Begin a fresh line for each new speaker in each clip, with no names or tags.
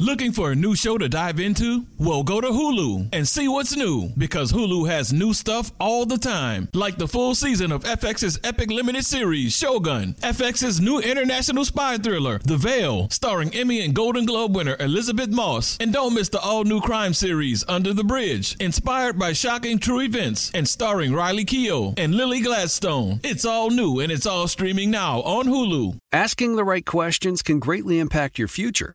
Looking for a new show to dive into? Well, go to Hulu and see what's new because Hulu has new stuff all the time, like the full season of FX's epic limited series Shogun, FX's new international spy thriller The Veil, starring Emmy and Golden Globe winner Elizabeth Moss, and don't miss the all-new crime series Under the Bridge, inspired by shocking true events and starring Riley Keough and Lily Gladstone. It's all new and it's all streaming now on Hulu.
Asking the right questions can greatly impact your future,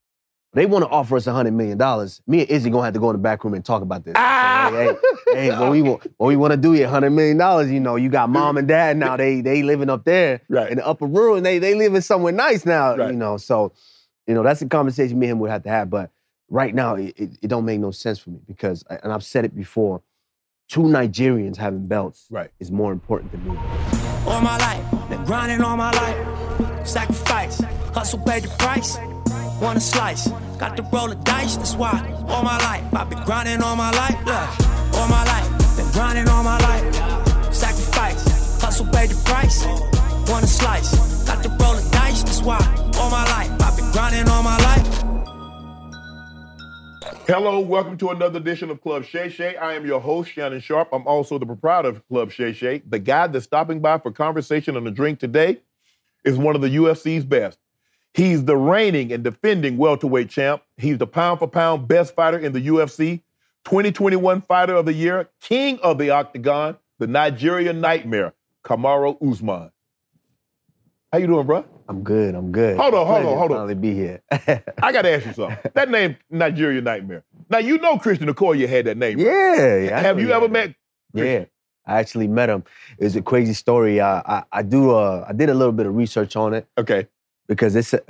They want to offer us $100 million. Me and Izzy going to have to go in the back room and talk about this. Ah! hey, hey, hey, what we, want, what we want to do here, $100 million, you know, you got mom and dad now. They they living up there
Right.
in the upper rural, and they, they living somewhere nice now,
Right.
you know. So, you know, that's the conversation me and him would have to have. But right now, it, it, it don't make no sense for me because, and I've said it before, two Nigerians having belts
Right.
is more important than me.
all my life, been grinding all my life. Sacrifice, hustle paid the price. Want a slice, got to roll the dice, that's why. All my life, I've been grinding all my life, look. All my life, been grinding all my life. Sacrifice, hustle paid the price. Want a slice, got to roll the dice, that's why. All my life, I've been grinding all my life.
Hello, welcome to another edition of Club Shay Shay. I am your host, Shannon Sharp. I'm also the proprietor of Club Shay Shay. The guy that's stopping by for conversation and a drink today is one of the UFC's best. He's the reigning and defending welterweight champ. He's the pound for pound best fighter in the UFC, 2021 Fighter of the Year, King of the Octagon, the Nigerian Nightmare, Kamaro Usman. How you doing, bro?
I'm good. I'm good.
Hold on, hold
Pleasure
on,
to
hold on.
Finally be here.
I gotta ask you something. That name, Nigerian Nightmare. Now you know Christian Okoye had that name. right?
yeah. yeah, I
Have
know
you ever
had
met?
that. Yeah, I actually met him. It was a crazy story. I I, I do. Uh, I did a little bit of research on it
Okay,
because it's a,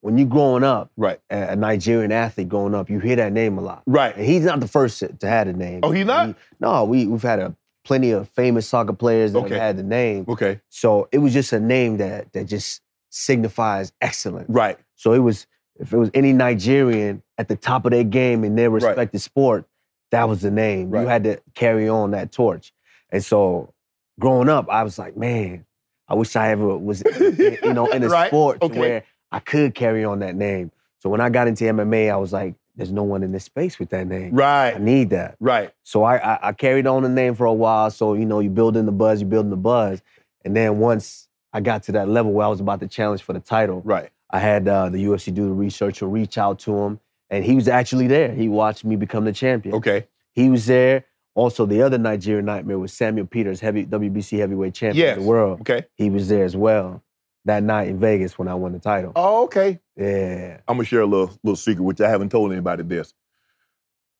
when you growing up,
right,
a, a Nigerian athlete growing up, you hear that name a lot. And
right.
he's not the first to, to have the name.
Oh, he's not?
We- no, we we've had a plenty of famous soccer players that
Okay.
have had the name.
Okay,
So it was just a name that that just signifies excellence.
right,
So it was if it was any Nigerian at the top of their game in their
Right.
respective sport, that was the name.
Right.
You had to carry on that torch. And so growing up, I was like, man, I wish I ever was you know in a
Right.
sport to
Okay.
where I could carry on that name. So when I got into MMA, I was like, there's no one in this space with that name. I
right,
need that.
right.
So I, I I carried on the name for a while. So you know, you building the buzz, you building the buzz, and then once I got to that level where I was about to challenge for the title,
Right.
I had uh, the UFC do the research and reach out to him, and he was actually there. He watched me become the champion.
Okay.
He was there. Also, the other Nigerian nightmare was Samuel Peters, heavy WBC heavyweight champion of
Yes.
the world.
Okay.
He was there as well that night in Vegas when I won the title.
Oh, okay.
Yeah.
I'm gonna share a little little secret, which I haven't told anybody. This,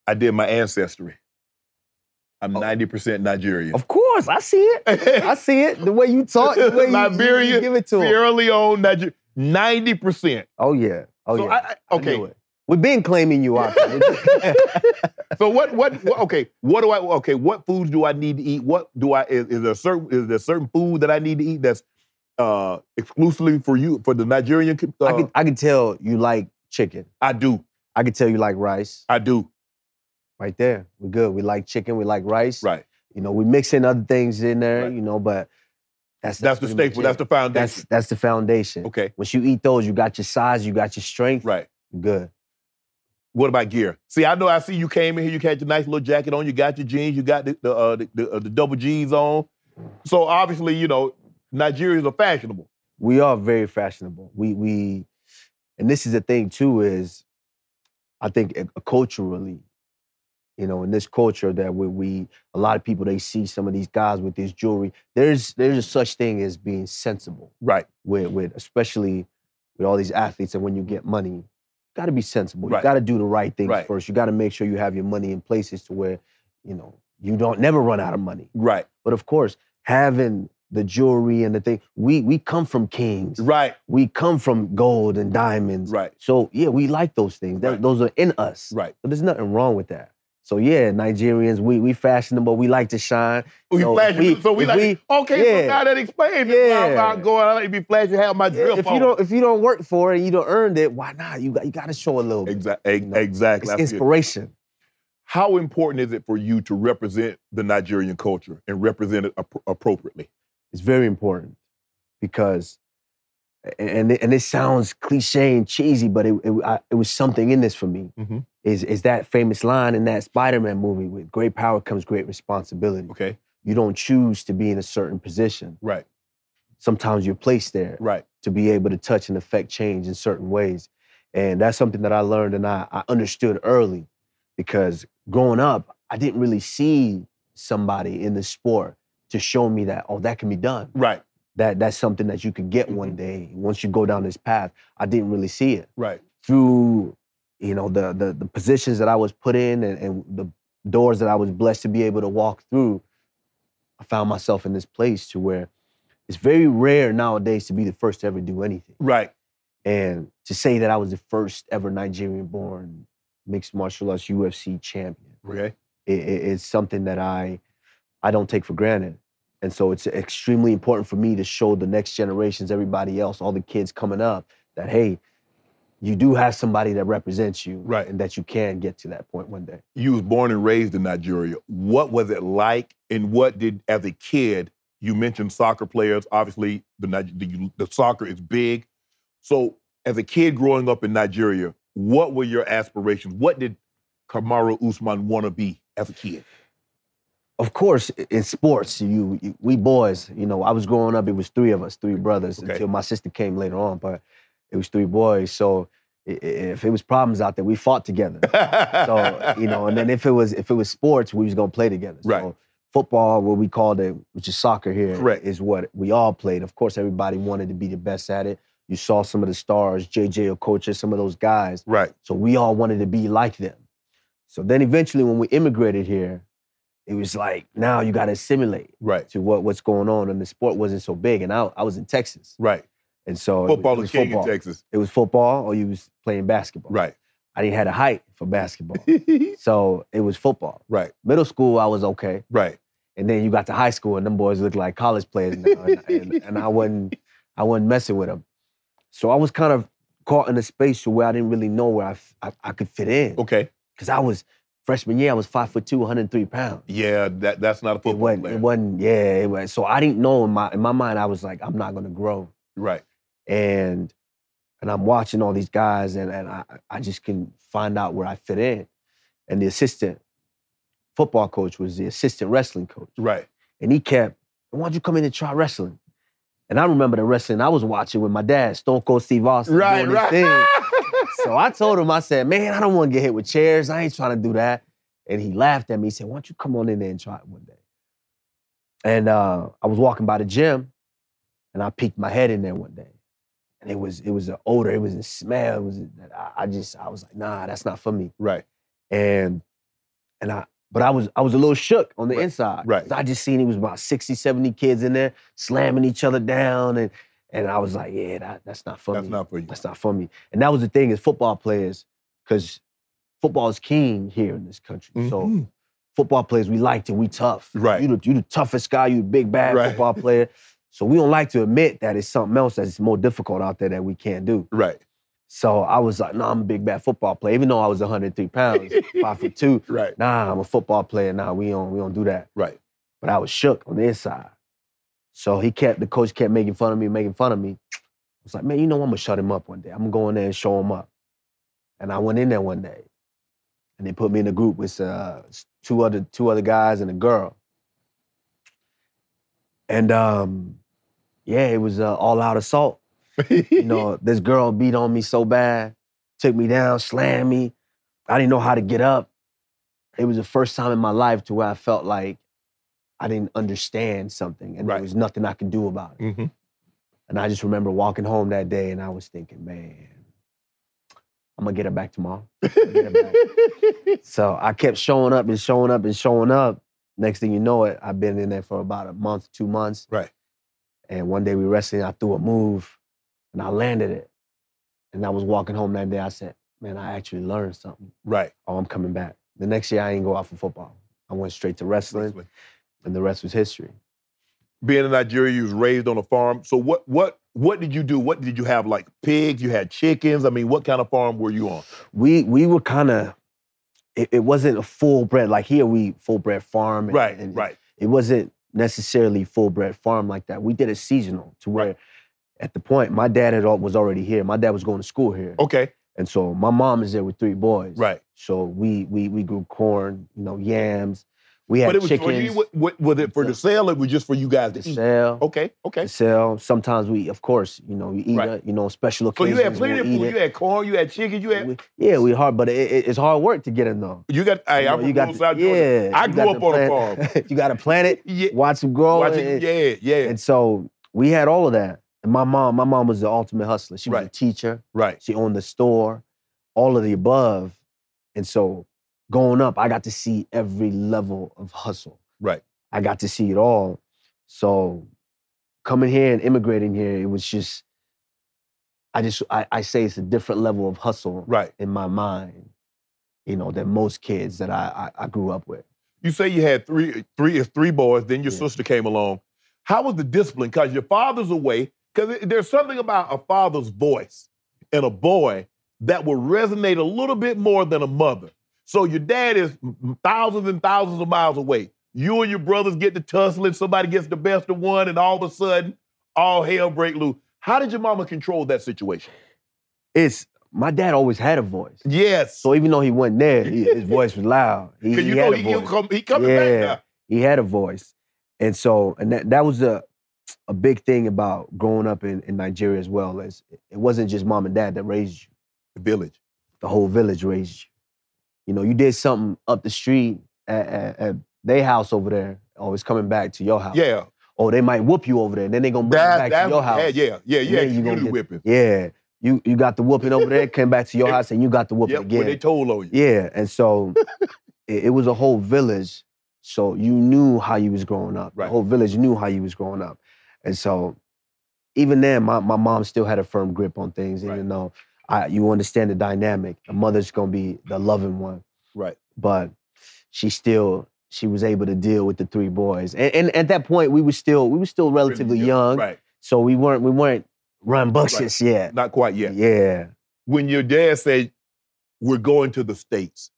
I did my ancestry. I'm 90 percent Nigerian.
Of course, I see it. Oh. I see it. The way you talk, the way you- you, you,
Liberia,
give it to him.
Sierra Leone, Nigeria. 90 percent.
Oh yeah. Oh
so
yeah.
I, I,
I
okay.
knew it. We've been claiming you out. there.
So what, what? What? Okay. What do I? Okay. What foods do I need to eat? What do I? Is, is there certain? Is there certain food that I need to eat that's uh exclusively for you for the Nigerian? co- Uh,
I could I could tell you like chicken.
I do.
I could tell you like rice.
I do.
Right there. We're good. We like chicken. We like rice.
Right.
You know, we mix in other things in there,
Right.
you know, but that's
That's the
pretty
staple.
much
That's
it.
the foundation.
that's that's the foundation.
okay.
Once you eat those, you got your size, you got your strength.
Right.
You're good.
What about gear? See, I know. I see you came in here. You had your nice little jacket on. You got your jeans. You got the the uh, the, the, uh, the double G's on. So obviously, you know, Nigerians are fashionable.
We are very fashionable. We we and this is the thing too, is I think uh, culturally, you know, in this culture that we, we a lot of people they see some of these guys with this jewelry. There's there's a such thing as being sensible
Right.
with with especially with all these athletes and when you get money, you gotta be sensible.
Right.
You gotta do the right things
Right.
first. You gotta make sure you have your money in places to where, you know, you don't never run out of money.
Right.
But of course, having the jewelry and the thing, we we come from kings.
Right.
We come from gold and diamonds.
Right.
So yeah, we like those things. That,
Right.
Those are in us.
Right.
But there's nothing wrong with that. So yeah, Nigerians, we we fashionable. We like to shine.
We
So
flash
if
it. So we
if
like, okay, so
yeah.
now that explains it. Why I'm
Yeah.
out going, I like to be flashy, have my
Yeah,
drip
if
on.
you don't if you don't work for it, and you don't earn it. Why not? You got you got to show a little bit.
Exactly.
you know,
e-,
It's
exactly. I feel you.
inspiration.
How important is it for you to represent the Nigerian culture and represent it appro- appropriately?
It's very important because, and and it, and it sounds cliche and cheesy, but it it, I, it was something in this for me.
Mhm.
Is is that famous line in that Spider-Man movie with great power comes great responsibility.
Okay.
You don't choose to be in a certain position.
Right.
Sometimes you're placed there
Right.
to be able to touch and affect change in certain ways. And that's something that I learned and I, I understood early because growing up, I didn't really see somebody in the sport to show me that, oh, that can be done.
Right.
That that's something that you could get one day once you go down this path. I didn't really see it.
Right.
Through, you know, the the, the positions that I was put in and, and the doors that I was blessed to be able to walk through, I found myself in this place to where it's very rare nowadays to be the first to ever do anything.
Right.
And to say that I was the first ever Nigerian born mixed martial arts UFC champion,
Okay.
i- i- is something that I, I don't take for granted. And so it's extremely important for me to show the next generations, everybody else, all the kids coming up, that hey, you do have somebody that represents you
Right.
and that you can get to that point one day.
You was born and raised in Nigeria. What was it like, and what did as a kid? You mentioned soccer players. Obviously, the Nig- the, the soccer is big. So, as a kid growing up in Nigeria, what were your aspirations? What did Kamaru Usman want to be as a kid?
Of course, i- in sports, you, you we boys, you know, I was growing up, it was three of us, three brothers,
Okay.
until my sister came later on, but it was three boys. So i- i- if it was problems out there, we fought together. so you know, and then if it was if it was sports, we was gonna play together.
Right.
So football, what we called it, which is soccer here, is
Correct.
what we all played. Of course, everybody wanted to be the best at it. You saw some of the stars, JJ Okocha, some of those guys.
right.
So we all wanted to be like them. So then eventually when we immigrated here, it was like now you gotta assimilate
Right.
to what, what's going on. And the sport wasn't so big. And I, I was in Texas.
Right.
And so it was-
Football
it
is
was
king
football.
in Texas.
It was football or you was playing basketball.
Right.
I didn't have the height for basketball. so it was football.
right.
Middle school, I was okay.
Right.
And then you got to high school, and them boys looked like college players now, and, and, and I wasn't, I wasn't messing with them. So I was kind of caught in a space to where I didn't really know where I, f- I, I could fit in.
Okay.
Because I was freshman year, I was five foot two, 103 pounds.
Yeah. That that's not a
It
football
wasn't,
player.
it wasn't, yeah, it was. So I didn't know in my in my mind, I was like, I'm not gonna grow.
Right.
And and I'm watching all these guys, and, and I, I just can find out where I fit in. And the assistant football coach was the assistant wrestling coach.
Right.
And he kept, why don't you come in and try wrestling? And I remember the wrestling I was watching with my dad, Stone Cold Steve Austin.
Right.
doing his thing.
Right.
so I told him, I said, man, I don't want to get hit with chairs. I ain't trying to do that. And he laughed at me. He said, why don't you come on in there and try it one day? And uh, I was walking by the gym and I peeked my head in there one day. And it was, it was an odor, it was a smell. It was that I, I just, I was like, nah, that's not for me
right.
and and I but I was I was a little shook on the
Right,
inside.
right.
'Cause I just seen it was about 60, 70 kids in there slamming each other down and and I was like, yeah, that, that's not for
That's
me.
not for you.
that's not for me. And that was the thing is football players, because football is king here in this country. So
Mhm.
football players, we like to, we tough.
Right.
You the, you the toughest guy, you the big bad
Right.
football player. So we don't like to admit that it's something else that's more difficult out there that we can't do.
Right.
So I was like, no, I'm a big bad football player. Even though I was 103 pounds, five foot two.
Right.
Nah, I'm a football player. Nah, we don't we don't do that.
Right.
But I was shook on the inside. So he kept the coach kept making fun of me, making fun of me. I was like, man, you know I'm gonna shut him up one day. I'm gonna go in there and show him up. And I went in there one day, and they put me in a group with uh, two other two other guys and a girl. And um, yeah, it was uh, all out assault you know, this girl beat on me so bad, took me down, slammed me. I didn't know how to get up. It was the first time in my life to where I felt like I didn't understand something and
Right.
there was nothing I could do about it.
Mhm.
And I just remember walking home that day and I was thinking, man, I'm gonna get her back tomorrow. I'ma get her back. so I kept showing up and showing up and showing up. Next thing you know it, I've been in there for about a month, two months.
Right.
And one day we wrestling, I threw a move and I landed it. And I was walking home that day. I said, man, I actually learned something.
Right.
Oh, I'm coming back. The next year, I didn't go out for football. I went straight to wrestling,
Wrestling.
and the rest was history.
Being in Nigeria, you was raised on a farm. So what what what did you do? What did you have? Like pigs? You had chickens? I mean, what kind of farm were you on?
We we were kind of, it, it wasn't a full bred like here we full bred farm. and-
Right,
and
right.
It wasn't necessarily full bred farm like that. We did it seasonal to where, at the point, my dad had al- was already here. My dad was going to school here,
Okay,
and so my mom is there with three boys.
Oh. right.
So we we we grew corn, you know, yams. We had
but it was
chickens
for you. wa- wa- Was it for the sale? Or it was just for you guys
to
to eat.
sell.
Okay, okay.
To sell. Sometimes we, of course, you know, you eat
Right.
it, you know, special
So you
occasions.
had plenty
we'll
of
eat
food.
it.
You had corn. You had chicken. You had.
We- yeah, we hard, but it, it- it's hard work to get in though.
You got. Hey,
You know,
I'm
you
from
got to-
South Georgia.
yeah,
I
you
grew
got
up
to
on a
plant-
farm.
you got to plant it,
Yeah.
watch them grow,
Watch
and,
it. Yeah, yeah.
and so we had all of that. And my mom, my mom was the ultimate hustler. She was a
Right.
teacher.
right.
She owned the store, all of the above. And so going up, I got to see every level of hustle.
Right.
I got to see it all. So coming here and immigrating here, it was just, I just, I, I say it's a different level of hustle
Right.
in my mind, you know, than most kids that I, I, I grew up with.
You say you had three, three is three boys. Then your
Yeah.
sister came along. How was the discipline? Because your father's away. Because there's something about a father's voice and a boy that will resonate a little bit more than a mother. So your dad is m- thousands and thousands of miles away. You and your brothers get to tussling. Somebody gets the best of one, and all of a sudden, all hell break loose. How did your mama control that situation?
It's, my dad always had a voice.
Yes.
So even though he wasn't there, he, his voice was loud. He,
'Cause
he
you
had
know
a
he, he'll
voice.
come, he coming
Yeah.
back
he had a voice. And so, and that, that was a, a big thing about growing up in, in Nigeria as well. As it wasn't just mom and dad that raised you,
now. Village.
the whole village raised you. You know, you did something up the street at, at, at their house over there, oh, it's coming back to your house.
Yeah.
Oh, they might whoop you over there, and then they gonna bring it
That,
back
that,
to your house.
Yeah, yeah, yeah.
And
You had
then you gonna
community
get-
whipping.
Yeah. You you got the whooping over there, came back to your house, and you got the whooping
Yep,
again.
when they told on you.
Yeah, and so it, it was a whole village. So you knew how you was growing up.
Right.
The whole village knew how you was growing up. And so even then, my, my mom still had a firm grip on things. And you
Right.
know, I, you understand the dynamic. The mother's gonna be the loving one.
Right.
But she still she was able to deal with the three boys. And, and at that point we were still we were still relatively
Really
young.
Right.
So we weren't we weren't rambunctious yet.
Not quite yet.
Yeah.
When your dad said, We're going to the States,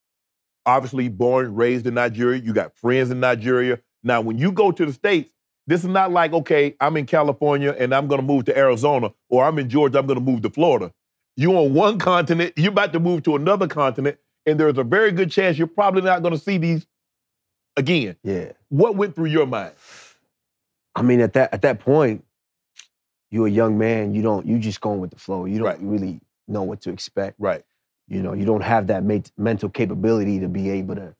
obviously born, raised in Nigeria, you got friends in Nigeria. Now, when you go to the States, this is not like, okay, I'm in California and I'm gonna move to Arizona, or I'm in Georgia, I'm gonna move to Florida. You on one continent, you're about to move to another continent, and there's a very good chance you're probably not gonna see these again.
Yeah.
What went through your mind?
I mean, at that at that point, you're a young man. You don't. You just going with the flow. You don't
Right.
really know what to expect.
Right.
You know, you don't have that ma- mental capability to be able to.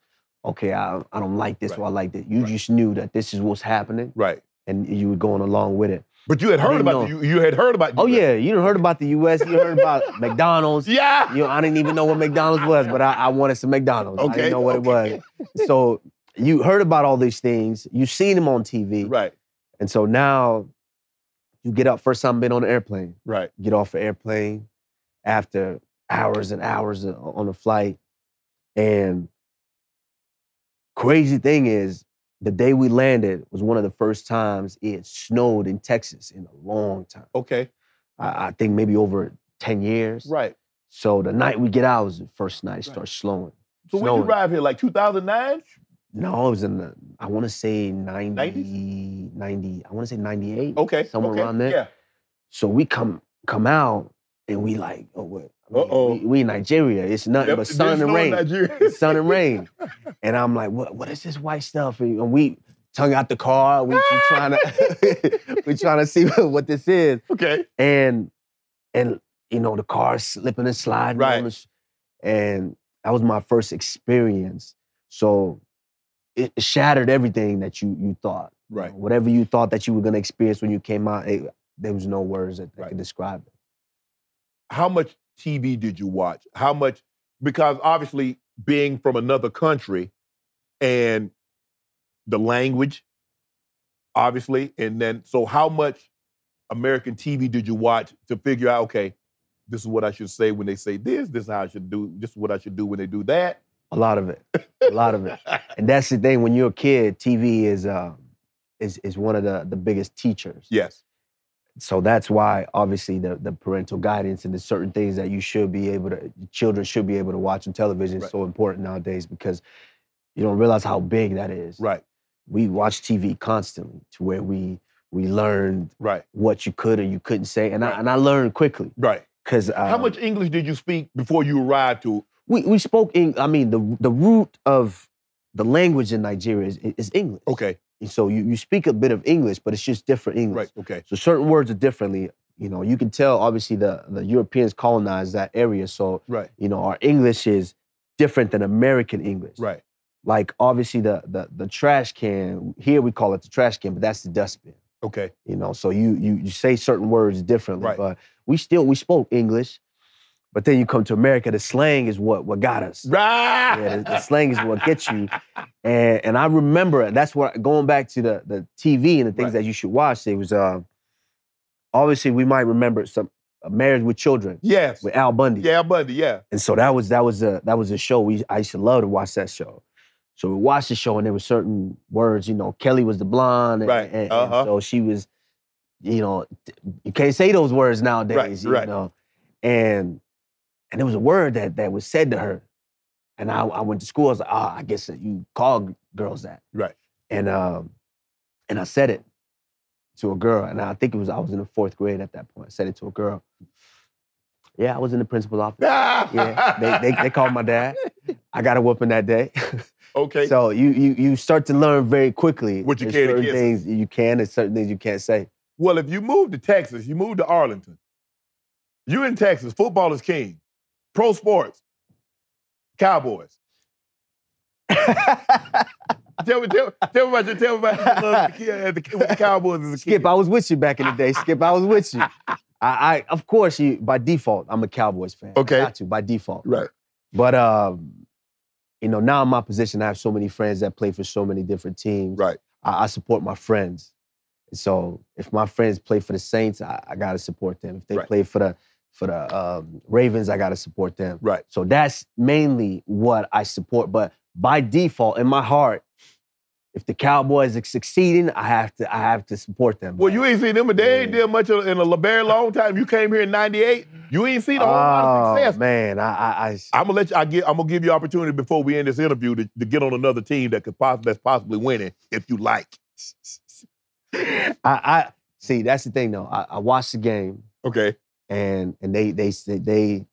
Okay, I, I don't like this or I like that. You
Right.
just knew that this is what's happening,
Right.
and you were going along with it.
But you had
I
heard
didn't
about the, you, you had heard about
Oh yeah, you done heard about the U.S. You heard about McDonald's.
Yeah.
You know, I didn't even know what McDonald's was, but I, I wanted some McDonald's. I
Okay,
didn't know what
okay.
it was. So you heard about all these things. You seen them on TV,
Right.
and so now you get up. First time been on an airplane.
Right.
get off an airplane after hours and hours o- on a flight. And crazy thing is, the day we landed was one of the first times it snowed in Texas in a long time.
Okay.
I, I think maybe over 10 years.
Right.
So the night we get out was the first night it
Right.
starts slowing.
So when you
Snowing.
arrived here, like 2009?
No, it was in the, I want to say 90,
90s?
90, I want to say 98.
Okay.
Somewhere
okay.
around there.
Yeah.
So we come come out and we like, oh what? I mean,
Uh-oh.
We, we in Nigeria. It's nothing
Yep,
but
there's
sun and
snow in
rain.
Nigeria.
Sun and rain. And I'm like, what what is this white stuff? And and we tongue out the car. We, we trying to we trying to see what, what this is.
okay.
And and you know, the car's slipping and sliding. on
Right.
the sh- and that was my first experience. So it shattered everything that you you thought.
Right.
Whatever you thought that you were gonna experience when you came out, it, there was no words that, that
Right.
could describe it.
How much TV did you watch? How much? Because obviously, being from another country and the language, obviously, and then so how much American TV did you watch to figure out, okay, this is what I should say when they say this, this is how I should do, this is what I should do when they do that.
A lot of it. A lot of it. And that's the thing. When you're a kid, TV is uh, is is one of the the biggest teachers.
yes.
So that's why, obviously, the the parental guidance and the certain things that you should be able to, children should be able to watch on television
Right.
is so important nowadays because you don't realize how big that is.
Right.
We watch TV constantly to where we we learned
Right.
what you could and you couldn't say, and
Right.
I and I learned quickly
Right.
because uh,
How much English did you speak before you arrived to?
we we spoke. Eng- I mean, the the root of the language in Nigeria is, is English.
Okay.
And so you, you speak a bit of English, but it's just different English.
Right. Okay.
So certain words are differently. You know, you can tell obviously the, the Europeans colonized that area. So,
Right.
you know, our English is different than American English.
Right.
Like obviously the the the trash can, here we call it the trash can, but that's the dustbin.
Okay.
You know, so you you you say certain words differently.
Right.
But we still we spoke English. But then you come to America, the slang is what what got us.
Right.
Yeah, the, the slang is what gets you. And and I remember that's what going back to the the TV and the things
Right.
that you should watch. It was uh, obviously we might remember some uh, Marriage with Children
Yes.
with Al Bundy.
Yeah, buddy. Yeah.
And so that was that was a that was a show we I used to love to watch that show. So we watched the show and there were certain words, you know, Kelly was the blonde, and,
Right,
and- and
uh-huh.
so she was, you know, th- you can't say those words nowadays, you
right.
know. And and there was a word that that was said to her. And I, I went to school, I was like, ah, I guess that you call g- girls that.
Right.
And um, and I said it to a girl, and I think it was I was in the fourth grade at that point. I said it to a girl. Yeah, I was in the principal's office. Yeah, they, they, they called my dad. I got a whooping that day.
Okay.
so you, you you start to learn very quickly
What you
There's
can and
certain
can't say.
things you can and certain things you can't say.
well, if you move to Texas, you move to Arlington. You in Texas, football is king. Pro sports. Cowboys. Tell me, tell, tell me about your tell me about your love at the, with the Cowboys as a kid.
Skip, I was with you back in the day. Skip, I was with you. I, I of course you by default I'm a Cowboys fan. I
Okay.
got to by default.
Right.
But um, you know now in my position I have so many friends that play for so many different teams.
Right.
I, I support my friends. So if my friends play for the Saints, I, I gotta support them. If they
Right.
play for the for the um, Ravens, I gotta support them.
Right.
So that's mainly what I support. But by default, in my heart, if the Cowboys are succeeding, I have to I have to support them.
Well, you ain't seen them. They ain't
Yeah.
did much in a very long time. You came here in '98. You ain't seen a whole lot of
oh
success.
man, I I, I
I'm gonna let you. I get, I'm gonna give you opportunity before we end this interview to, to get on another team that could possibly that's possibly winning if you like.
I, I see. That's the thing, though. I, I watched the game,
Okay,
and and they they they. they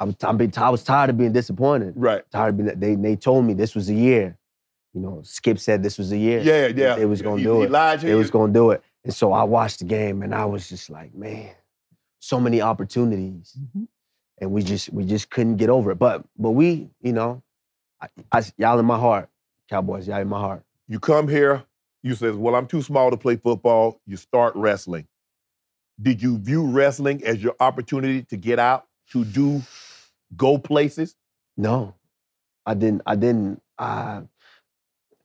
I was, I've been, I was tired of being disappointed.
right.
Tired of being. They they told me this was a year. You know, Skip said this was a year.
Yeah, yeah.
They was gonna
He-
do
he
it.
lied to
They
you.
was gonna do it, and so I watched the game, and I was just like, man, so many opportunities, and we just we just couldn't get over it. But but we, you know, I, I, y'all in my heart, Cowboys, y'all in my heart.
you come here. You says, "Well, I'm too small to play football." You start wrestling. Did you view wrestling as your opportunity to get out to do, go places?
No, I didn't. I didn't. I,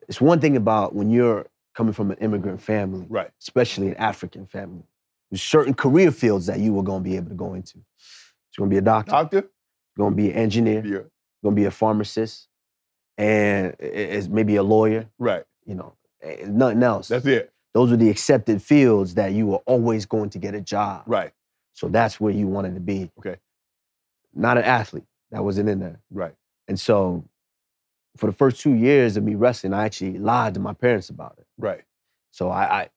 it's one thing about when you're coming from an immigrant family,
Right.
especially an African family. There's certain career fields that you were going to be able to go into. You're going to be a doctor.
Doctor.
You're going to be an engineer. You're
Yeah.
going to be a pharmacist, and i- is maybe a lawyer.
Right.
You know, eh, nothing else.
That's it.
Those were the accepted fields that you were always going to get a job.
Right.
So that's where you wanted to be.
Okay.
Not an athlete. That wasn't in there.
Right.
And so, for the first two years of me wrestling, I actually lied to my parents about it.
Right.
So I, I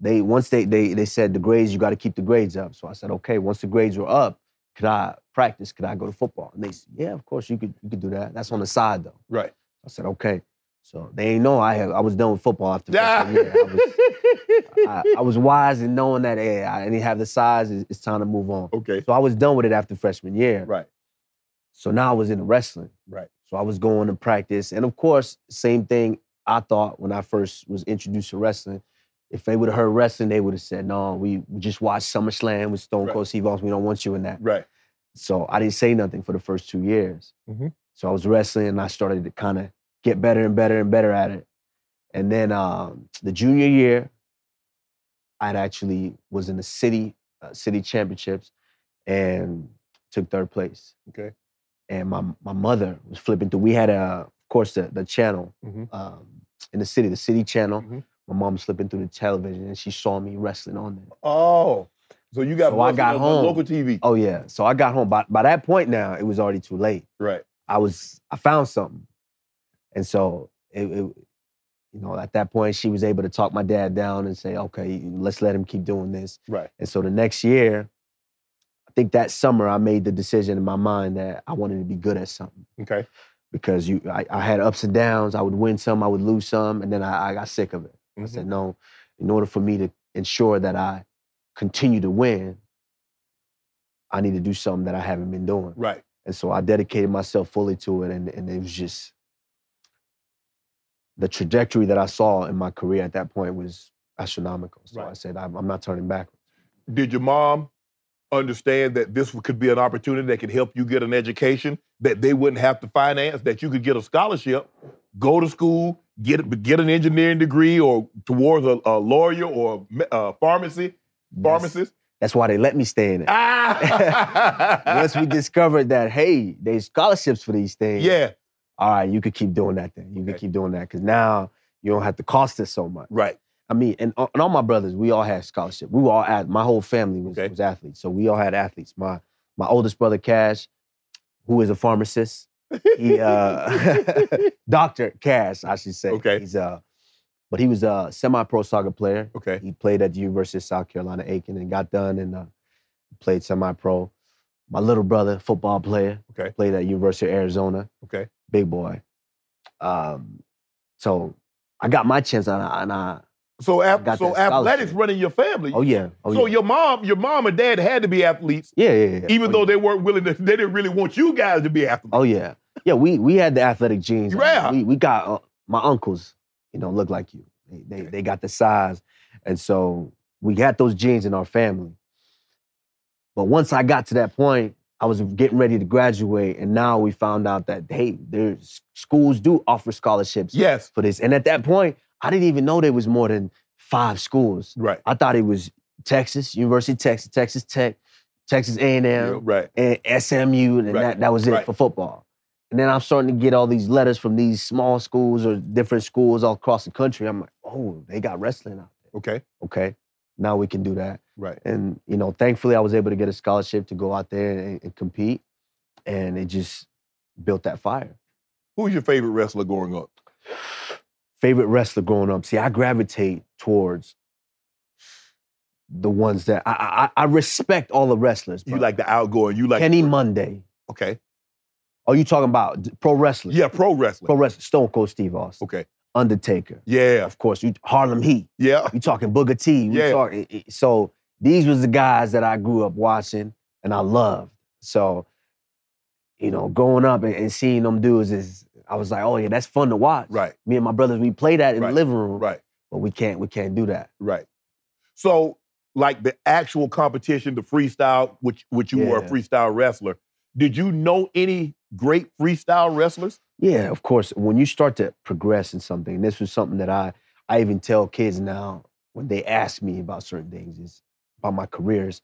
they once they they they said the grades you got to keep the grades up. So I said okay. Once the grades were up, could I practice? Could I go to football? And they said yeah, of course you could you could do that. That's on the side though.
Right.
I said okay. So they ain't know I had, I was done with football after
Yeah.
freshman year. I was, I, I was wise in knowing that hey, I didn't have the size. It's, it's time to move on.
okay.
So I was done with it after freshman year.
Right.
So now I was into wrestling.
Right.
So I was going to practice. And of course, same thing I thought when I first was introduced to wrestling. If they would have heard wrestling, they would have said, no, we we just watched SummerSlam with Stone
Right.
Cold Steve Austin. We don't want you in that.
Right.
So I didn't say nothing for the first two years.
Mhm.
So I was wrestling and I started to kind of get better and better and better at it. And then um, the junior year, I'd actually was in the city uh, city championships and took third place.
Okay.
and my my mother was flipping through. We had a, of course, the the channel
Mhm.
um, in the city, the city channel.
Mhm.
My mom was flipping through the television and she saw me wrestling on there.
Oh, so you got
So I
busted
got
on the
home.
local TV,
Oh yeah. So I got home. By by that point now, it was already too late.
right?
I was I found something, and so it, it you know at that point she was able to talk my dad down and say, okay, let's let him keep doing this.
Right.
And so the next year, I think that summer I made the decision in my mind that I wanted to be good at something
Okay.
because you I, I had ups and downs. I would win some, I would lose some, and then I, I got sick of it. I
Mhm.
said, no, in order for me to ensure that I continue to win, I need to do something that I haven't been doing.
Right.
And so I dedicated myself fully to it. And, and it was just the trajectory that I saw in my career at that point was astronomical. So I
Right.
said, I'm, I'm not turning back.
Did your mom understand that this could be an opportunity that could help you get an education that they wouldn't have to finance, that you could get a scholarship, go to school, get get an engineering degree, or towards a, a lawyer or a me- a pharmacy
That's,
pharmacist?
that's why they let me stay in it.
Ah.
Once we discovered that, hey, there's scholarships for these things.
yeah.
All right, you could keep doing that thing. You could
Okay.
keep doing that because now you don't have to cost us so much.
Right.
I mean, and, uh, and all my brothers, we all had scholarship. We were all at my whole family was,
Okay.
was athletes, so we all had athletes. My my oldest brother Cash, who is a pharmacist, he uh, Doctor Cash, I should say.
Okay.
he's uh, but he was a semi-pro soccer player.
Okay.
He played at the University of South Carolina Aiken and got done and uh, played semi-pro. My little brother, football player,
Okay.
played at University of Arizona.
Okay.
big boy. Um, so I got my chance and I. And I
So, ath-
got
so
that scholarship.
athletics running your family.
Oh yeah. Oh,
so
yeah.
your mom, your mom and dad had to be athletes,
yeah, yeah, yeah.
even
oh,
though
yeah.
they weren't willing to. They didn't really want you guys to be athletes.
Oh yeah, yeah. We we had the athletic genes. I mean,
Yeah.
We we got uh, my uncles. You know, look like you. They they,
Okay.
they got the size, and so we had those genes in our family. But once I got to that point, I was getting ready to graduate, and now we found out that hey, there's schools do offer scholarships
Yes.
for this. And at that point, I didn't even know there was more than five schools.
Right.
I thought it was Texas University, of Texas, Texas Tech, Texas A and M
Yeah, right.
and SMU, and
Right.
that, that was it
Right.
for football. And then I'm starting to get all these letters from these small schools or different schools all across the country. I'm like, oh, they got wrestling out there.
Okay.
Okay, now we can do that.
Right.
And you know, thankfully, I was able to get a scholarship to go out there and, and compete, and it just built that fire.
Who's your favorite wrestler growing up?
Favorite wrestler growing up? See, I gravitate towards the ones that I I, I respect all the wrestlers.
You
bro.
like the outgoing. You like
Kenny Monday?
Okay.
Are you talking about d- pro wrestling?
Yeah, pro wrestling.
Pro wrestling, Stone Cold Steve Austin,
okay.
Undertaker,
Yeah.
of course. You Harlem Heat.
Yeah.
We talking Booker T. We
Yeah.
talk- i- i- so these was the guys that I grew up watching and I loved. So you know, growing up and, and seeing them dudes is, I was like, oh yeah, that's fun to watch.
Right.
Me and my brothers, we play that in
Right.
the living room,
Right.
but we can't, we can't do that.
Right. So, like the actual competition, the freestyle, which which you were a
Yeah.
freestyle wrestler. Did you know any great freestyle wrestlers?
Yeah, of course. When you start to progress in something, and this was something that I I even tell kids now when they ask me about certain things is about my careers.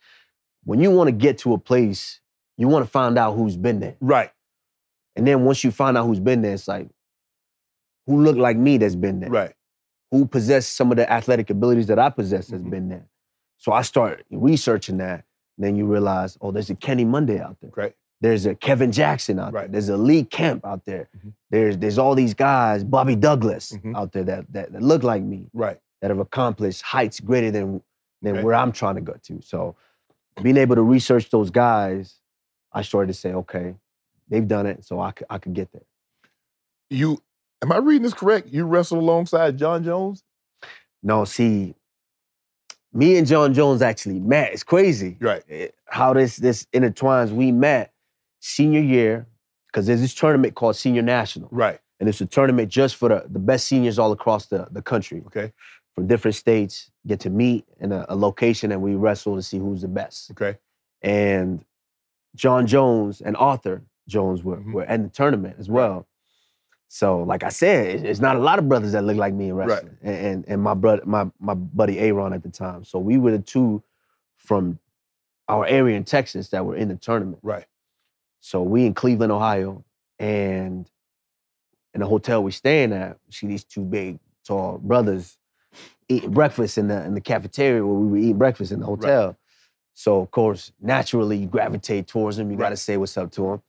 When you want to get to a place, you want to find out who's been there.
Right.
And then once you find out who's been there, it's like, who looked like me that's been there?
Right.
Who possessed some of the athletic abilities that I possess that's
Mhm.
been there? So I start researching that. Then you realize, oh, there's a Kenny Monday out there.
Right.
There's a Kevin Jackson out there.
Right.
There's a Lee Kemp out there.
Mhm.
There's there's all these guys, Bobby Douglas
Mhm.
out there that, that that look like me,
Right.
that have accomplished heights greater than than
Okay.
where I'm trying to go to. So being able to research those guys, I started to say, okay, they've done it, so I could I could get there.
You am I reading this correct? You wrestled alongside John Jones?
No, see, me and John Jones actually met. It's crazy.
Right.
it- how this this intertwines. We met senior year because there's this tournament called Senior National,
Right.
and it's a tournament just for the, the best seniors all across the, the country
Okay.
from different states. Get to meet in a, a location and we wrestle to see who's the best.
Okay.
And John Jones and Arthur Jones were,
Mhm.
were in the tournament as well. So, like I said, it- it's not a lot of brothers that look like me in
Right.
wrestling, and, and and my brother, my my buddy Aaron at the time. So we were the two from our area in Texas that were in the tournament.
Right.
So we in Cleveland, Ohio, and in the hotel we staying at, we see these two big, tall brothers eating breakfast in the in the cafeteria where we were eating breakfast in the hotel. So of course, naturally you gravitate towards them. You
Right.
gotta say what's up to them.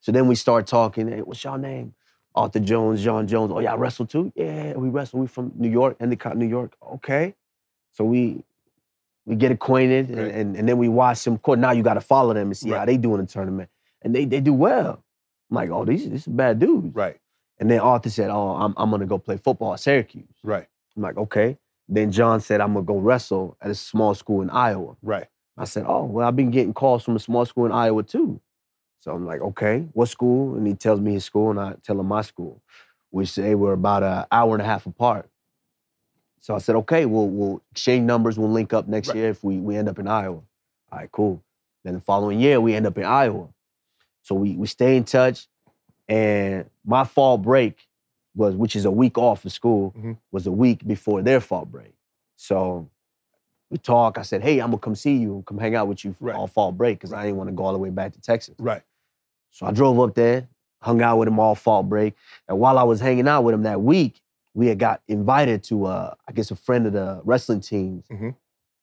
So then we start talking. Hey, what's y'all name? Arthur Jones, John Jones. Oh, y'all wrestle too? Yeah, we wrestle. We from New York, Endicott, New York. Okay. So we we get acquainted and,
Right.
and, and then we watch them court. Now you gotta follow them and see how
Right.
they do in the tournament. And they they do well. I'm like, oh, these this is bad dudes.
Right,
And then Arthur said, Oh, I'm, I'm gonna go play football at Syracuse.
right,
I'm like, okay. Then John said, I'm gonna go wrestle at a small school in Iowa.
right.
I said, Oh, well, I've been getting calls from a small school in Iowa too. So I'm like, okay, what school? And he tells me his school, and I tell him my school, which they were about an hour and a half apart. So I said, okay, we'll, we'll exchange numbers, we'll link up next
Right.
year if we, we end up in Iowa. All right, cool. Then the following year, we end up in Iowa. So we, we stay in touch. And my fall break was, which is a week off of school,
Mhm.
was a week before their fall break. So we talk. I said, hey, I'm gonna come see you, come hang out with you
Right.
all fall break, because I didn't want to go all the way back to Texas.
Right.
So I drove up there, hung out with him all fall break. And while I was hanging out with him that week, we had got invited to, uh, I guess, a friend of the wrestling team's
Mhm.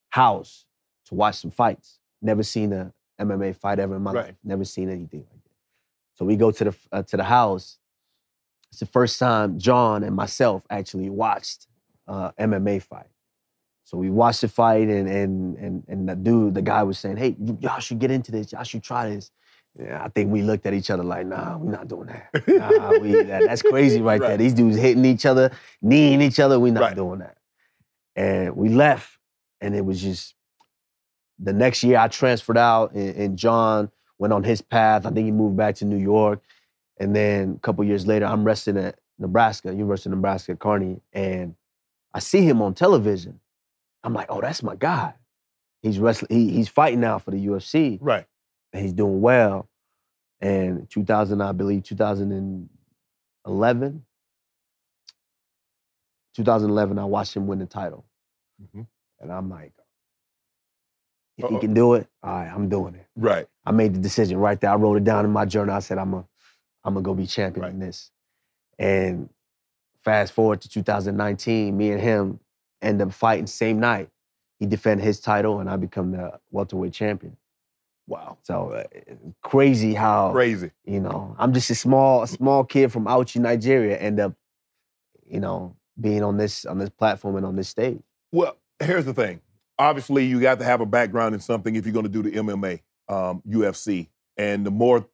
house to watch some fights. Never seen a MMA fight ever in my
Right.
life. Never seen anything like that. So we go to the uh, to the house. It's the first time John and myself actually watched uh, MMA fight. So we watched the fight, and and and and the dude, the guy was saying, "Hey, y- y'all should get into this. Y'all should try this." Yeah, I think we looked at each other like, "Nah, we're not doing that. Nah, we, that that's crazy right, there.
Right.
These dudes hitting each other, kneeing each other. We're not
Right.
doing that." And we left, and it was just the next year I transferred out, and, and John went on his path. I think he moved back to New York, and then a couple years later, I'm wrestling at Nebraska, University of Nebraska at Kearney, and I see him on television. I'm like, oh, that's my guy. He's wrestling. He, he's fighting now for the UFC,
Right.
and he's doing well. And 2000, I believe, 2011, 2011, I watched him win the title.
Mhm.
And I'm like, if
Uh-oh.
he can do it, all right, I'm doing it.
Right.
I made the decision right there. I wrote it down in my journal. I said, I'm going I'm to go be champion
Right.
in this. And fast forward to 2019, me and him end up fighting same night. He defend his title, and I become the welterweight champion.
Wow.
So uh, crazy how
Crazy.
you know, I'm just a small, a small kid from Auchi, Nigeria, end up, you know, being on this on this platform and on this stage.
Well, here's the thing. Obviously, you got to have a background in something if you're going to do the MMA, um, UFC, and the more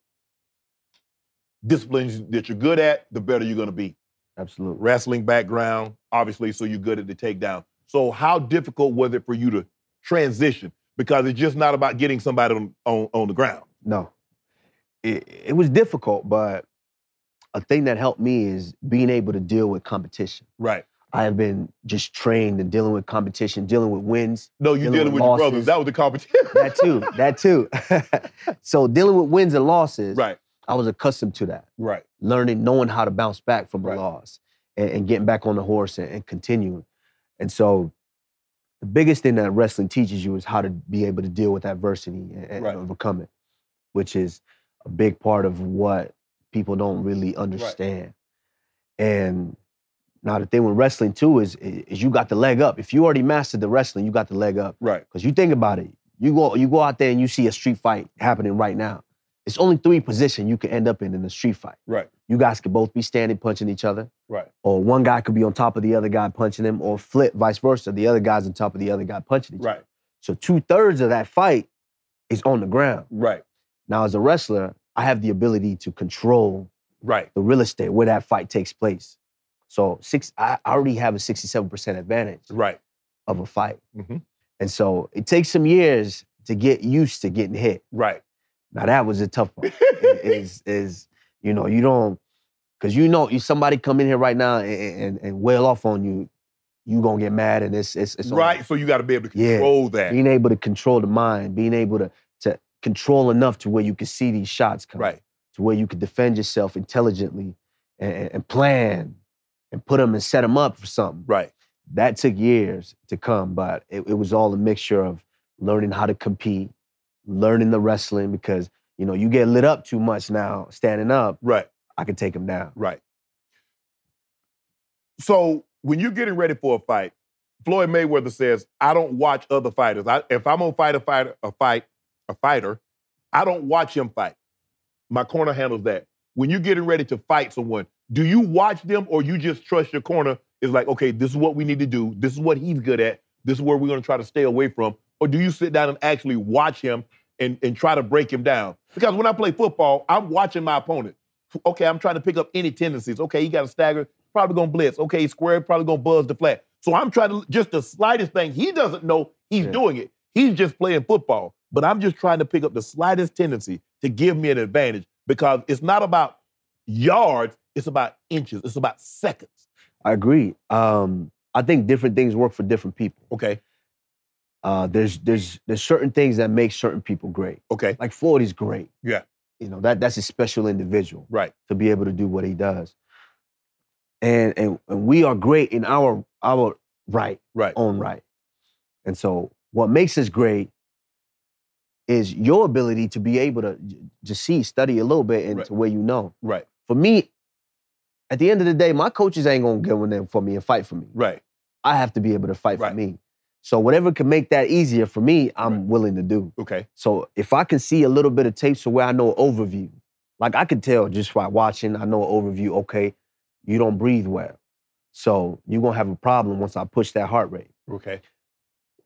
disciplines that you're good at, the better you're going to be.
Absolutely.
Wrestling background, obviously, so you're good at the takedown. So, how difficult was it for you to transition? Because it's just not about getting somebody on on, on the ground.
No, it, it was difficult, but a thing that helped me is being able to deal with competition.
Right.
I have been just trained in dealing with competition, dealing with wins,
No, you're dealing
Dealing with
with your brothers.
losses.
That was the competition.
that too, that too. so dealing with wins and losses,
right.
I was accustomed to that.
Right.
learning, knowing how to bounce back from
Right.
a loss and, and getting back on the horse and, and continuing. And so the biggest thing that wrestling teaches you is how to be able to deal with adversity and, and
Right.
overcome it, which is a big part of what people don't really understand. And now the thing with wrestling too is, is you got the leg up. If you already mastered the wrestling, you got the leg up.
Right.
Because you think about it, you go you go out there and you see a street fight happening right now. It's only three position you can end up in in a street fight.
Right.
You guys could both be standing punching each other,
Right.
or one guy could be on top of the other guy punching him, or flip vice versa. The other guy's on top of the other guy punching each other.
Right.
So two thirds of that fight is on the ground.
Right.
Now, as a wrestler, I have the ability to control
Right.
the real estate where that fight takes place. So six, I I already have a sixty-seven percent advantage
Right.
of a fight.
Mhm.
And so it takes some years to get used to getting hit.
Right.
Now that was a tough part. It- is is you know you don't because you know if somebody come in here right now and and, and wail off on you, you gonna get mad and it's it's, it's on
right. So you got to be able to
Yeah.
control
you.
that.
Being able to control the mind, being able to to control enough to where you can see these shots come,
Right.
to where you can defend yourself intelligently and, and- and plan and put them and set them up for something
Right.
that took years to come, but it, it was all a mixture of learning how to compete, learning the wrestling because You know, you get lit up too much now, standing up,
Right,
I can take him down.
right. So when you're getting ready for a fight, Floyd Mayweather says, "I don't watch other fighters. I, if I'm gonna fight a fighter, a fight, a fighter, I don't watch him fight. My corner handles that. When you're getting ready to fight someone, do you watch them or you just trust your corner? Is like, okay, this is what we need to do. This is what he's good at. This is where we're gonna try to stay away from. Or do you sit down and actually watch him and, and try to break him down? Because when I play football, I'm watching my opponent. Okay, I'm trying to pick up any tendencies. Okay, he got a stagger, probably gonna blitz. Okay, he's square, probably gonna buzz the flat. So I'm trying to just the slightest thing. He doesn't know he's
Yeah.
doing it. He's just playing football. But I'm just trying to pick up the slightest tendency to give me an advantage because it's not about yards, it's about inches, it's about seconds.
I agree. Um, I think different things work for different people.
Okay,
Uh, there's there's there's certain things that make certain people great.
okay,
Like Floyd is great.
Yeah.
You know, that that's a special individual
right,
to be able to do what he does. And and, and we are great in our our right,
right,
own right. And so what makes us great is your ability to be able to j- just see, study a little bit into
Right.
where you know.
right,
For me, at the end of the day, my coaches ain't gonna get in there for me and fight for me.
right.
I have to be able to fight
Right.
for me. So whatever can make that easier for me, I'm
Right.
willing to do.
Okay,
So if I can see a little bit of tapes to where I know overview, like I can tell just by watching, I know overview, okay, you don't breathe well. So you're gonna have a problem once I push that heart rate.
okay.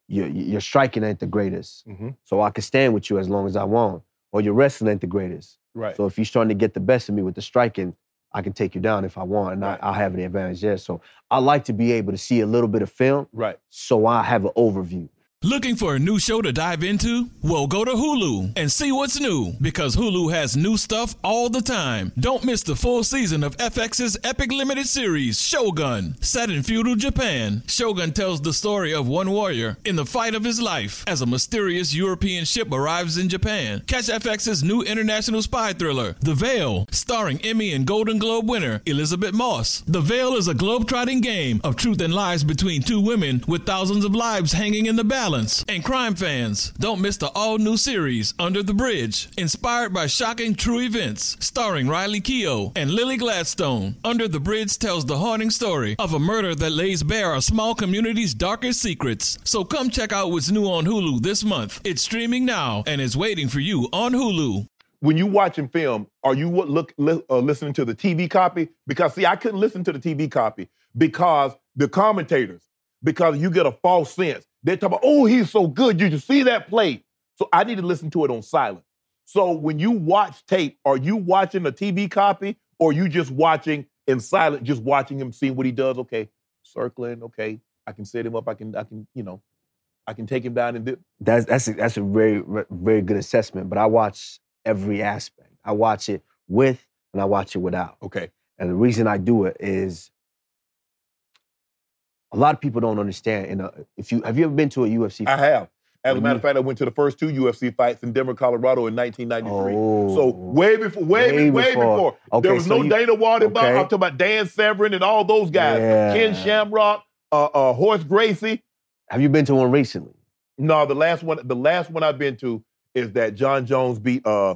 Your, your striking ain't the greatest.
Mm-hmm.
So I can stand with you as long as I want. Or your wrestling ain't the greatest.
Right,
So if you're starting to get the best of me with the striking, I can take you down if I want, and
Right.
I, I have an advantage there. So I like to be able to see a little bit of film
right.
so I have an overview.
Looking for a new show to dive into? Well, go to Hulu and see what's new because Hulu has new stuff all the time. Don't miss the full season of FX's epic limited series, Shogun. Set in feudal Japan, Shogun tells the story of one warrior in the fight of his life as a mysterious European ship arrives in Japan. Catch FX's new international spy thriller, The Veil, starring Emmy and Golden Globe winner Elizabeth Moss. The Veil is a globe-trotting game of truth and lies between two women with thousands of lives hanging in the balance. And crime fans, don't miss the all-new series Under the Bridge, inspired by shocking true events, starring Riley Keough and Lily Gladstone. Under the Bridge tells the haunting story of a murder that lays bare a small community's darkest secrets. So come check out what's new on Hulu this month. It's streaming now and is waiting for you on Hulu.
when you watching film, are you what look li- uh, listening to the TV copy? Because see, I couldn't listen to the TV copy because the commentators, because you get a false sense. They talk about, oh, he's so good. You just see that play. So I need to listen to it on silent. So when you watch tape, are you watching a TV copy or you just watching in silent, just watching him, seeing what he does? Okay, circling. Okay, I can set him up. I can, I can, you know, I can take him down and do.
That's that's a, that's a very re- very good assessment. But I watch every aspect. I watch it with and I watch it without.
Okay,
And the reason I do it is a lot of people don't understand. And uh, if you have you ever been to a UFC?
I have. As a
When
matter
you-
of fact, I went to the first two UFC fights in Denver, Colorado in 1993.
Oh.
So way before, way,
Way
be- way before.
before. Okay,
there was
so
no
you-
Dana White involved. I'm
okay.
talking about Dan Severin and all those guys.
Yeah.
Ken Shamrock, uh, uh, Horace Gracie.
have you been to one recently?
No, the last one, the last one I've been to is that John Jones beat uh,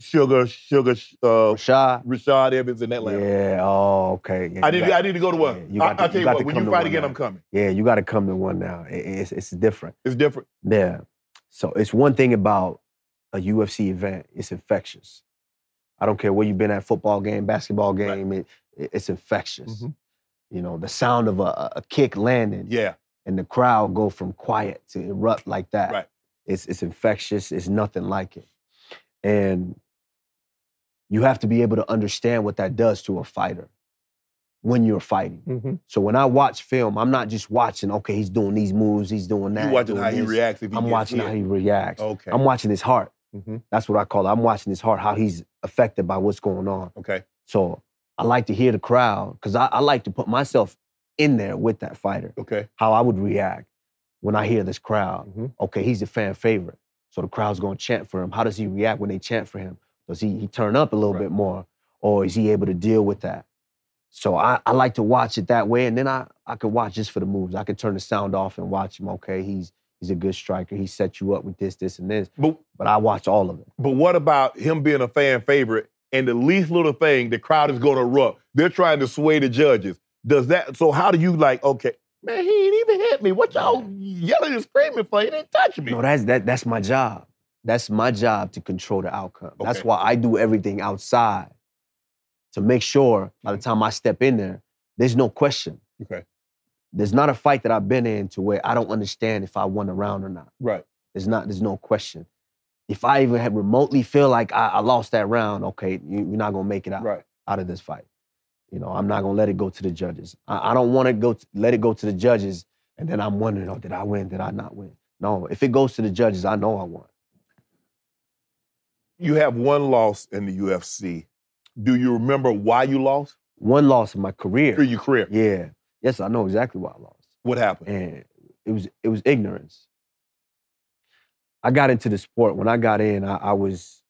Sugar, Sugar, uh,
Rashad?
Rashad Evans in Atlanta.
Yeah. Oh, okay. Yeah,
I
you
need,
got-
to, I need to go to
Yeah,
one.
you
I,
got to-
I'll tell
you
you
got
what,
to
when
come
you
to
fight
one
again,
now.
I'm coming.
yeah, you got to come to one now. It- it's it's different.
It's different.
Yeah. So it's one thing about a UFC event, it's infectious. I don't care where you've been at football game, basketball
Right.
game, it, it- it's infectious.
Mhm.
You know, the sound of a- a, a kick landing
Yeah,
and the crowd go from quiet to erupt like that.
Right.
It's it's infectious, it's nothing like it. And you have to be able to understand what that does to a fighter when you're fighting. So when I watch film, I'm not just watching, okay, he's doing these moves, he's doing that.
you
he's
watching
doing
how he
this.
reacts. If he
I'm
gets
watching
hit.
how he reacts.
Okay.
I'm watching his heart.
Mhm.
That's what I call it. I'm watching his heart, how he's affected by what's going on.
Okay.
So I like to hear the crowd because I, I like to put myself in there with that fighter,
Okay.
how I would react when I hear this crowd.
Mhm.
Okay, he's a fan favorite. So the crowd's going to chant for him. How does he react when they chant for him? Does he, he turn up a little
Right.
bit more or is he able to deal with that? So I, I like to watch it that way. And then I, I could watch just for the moves. I could turn the sound off and watch him. Okay, he's he's a good striker. He set you up with this, this, and this.
But
But I watch all of it.
but what about him being a fan favorite and the least little thing, the crowd is going to erupt. They're trying to sway the judges. Does that? So how do you like? Okay, man, he ain't even hit me. What y'all yelling and screaming for? He didn't touch me.
No, that's that that's my job. That's my job to control the outcome. That's
Okay.
why I do everything outside to make sure by
Mm-hmm.
the time I step in there, there's no question.
Okay.
There's not a fight that I've been in to where I don't understand if I won a round or not.
right.
There's not, there's no question. If I even had remotely feel like I, I lost that round, okay, you, you're not gonna make it out
Right.
out of this fight. You know, I'm not gonna let it go to the judges. I, I don't want to go t- let it go to the judges, and then I'm wondering, oh, did I win? Did I not win? No, if it goes to the judges, I know I won.
You have one loss in the UFC. Do you remember why you lost?
One loss in my
For
career.
your career,
Yeah, yes, I know exactly why I lost,
what happened?
and it was it was ignorance. I got into the sport when I got in. I, I was,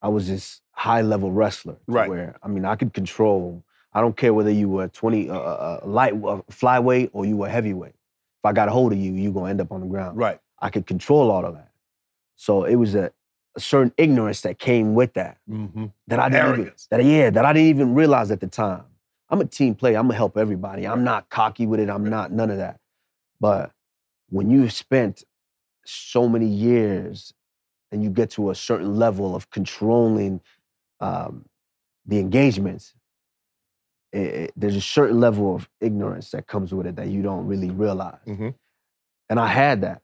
I was this high level wrestler. to
Right.
Where I mean, I could control. I don't care whether you were twenty uh, uh, uh, light uh, flyweight or you were heavyweight. If I got a hold of you, you gonna end up on the ground.
Right.
I could control all of that. So it was a, a certain ignorance that came with that
Mm-hmm.
that I didn't even,
Arrogance.
that yeah that I didn't even realize at the time. I'm a team player. I'm gonna help everybody. I'm not cocky with it. I'm not none of that. But when you've spent so many years and you get to a certain level of controlling um, the engagements, it, it- there's a certain level of ignorance that comes with it that you don't really realize.
Mhm.
And I had that.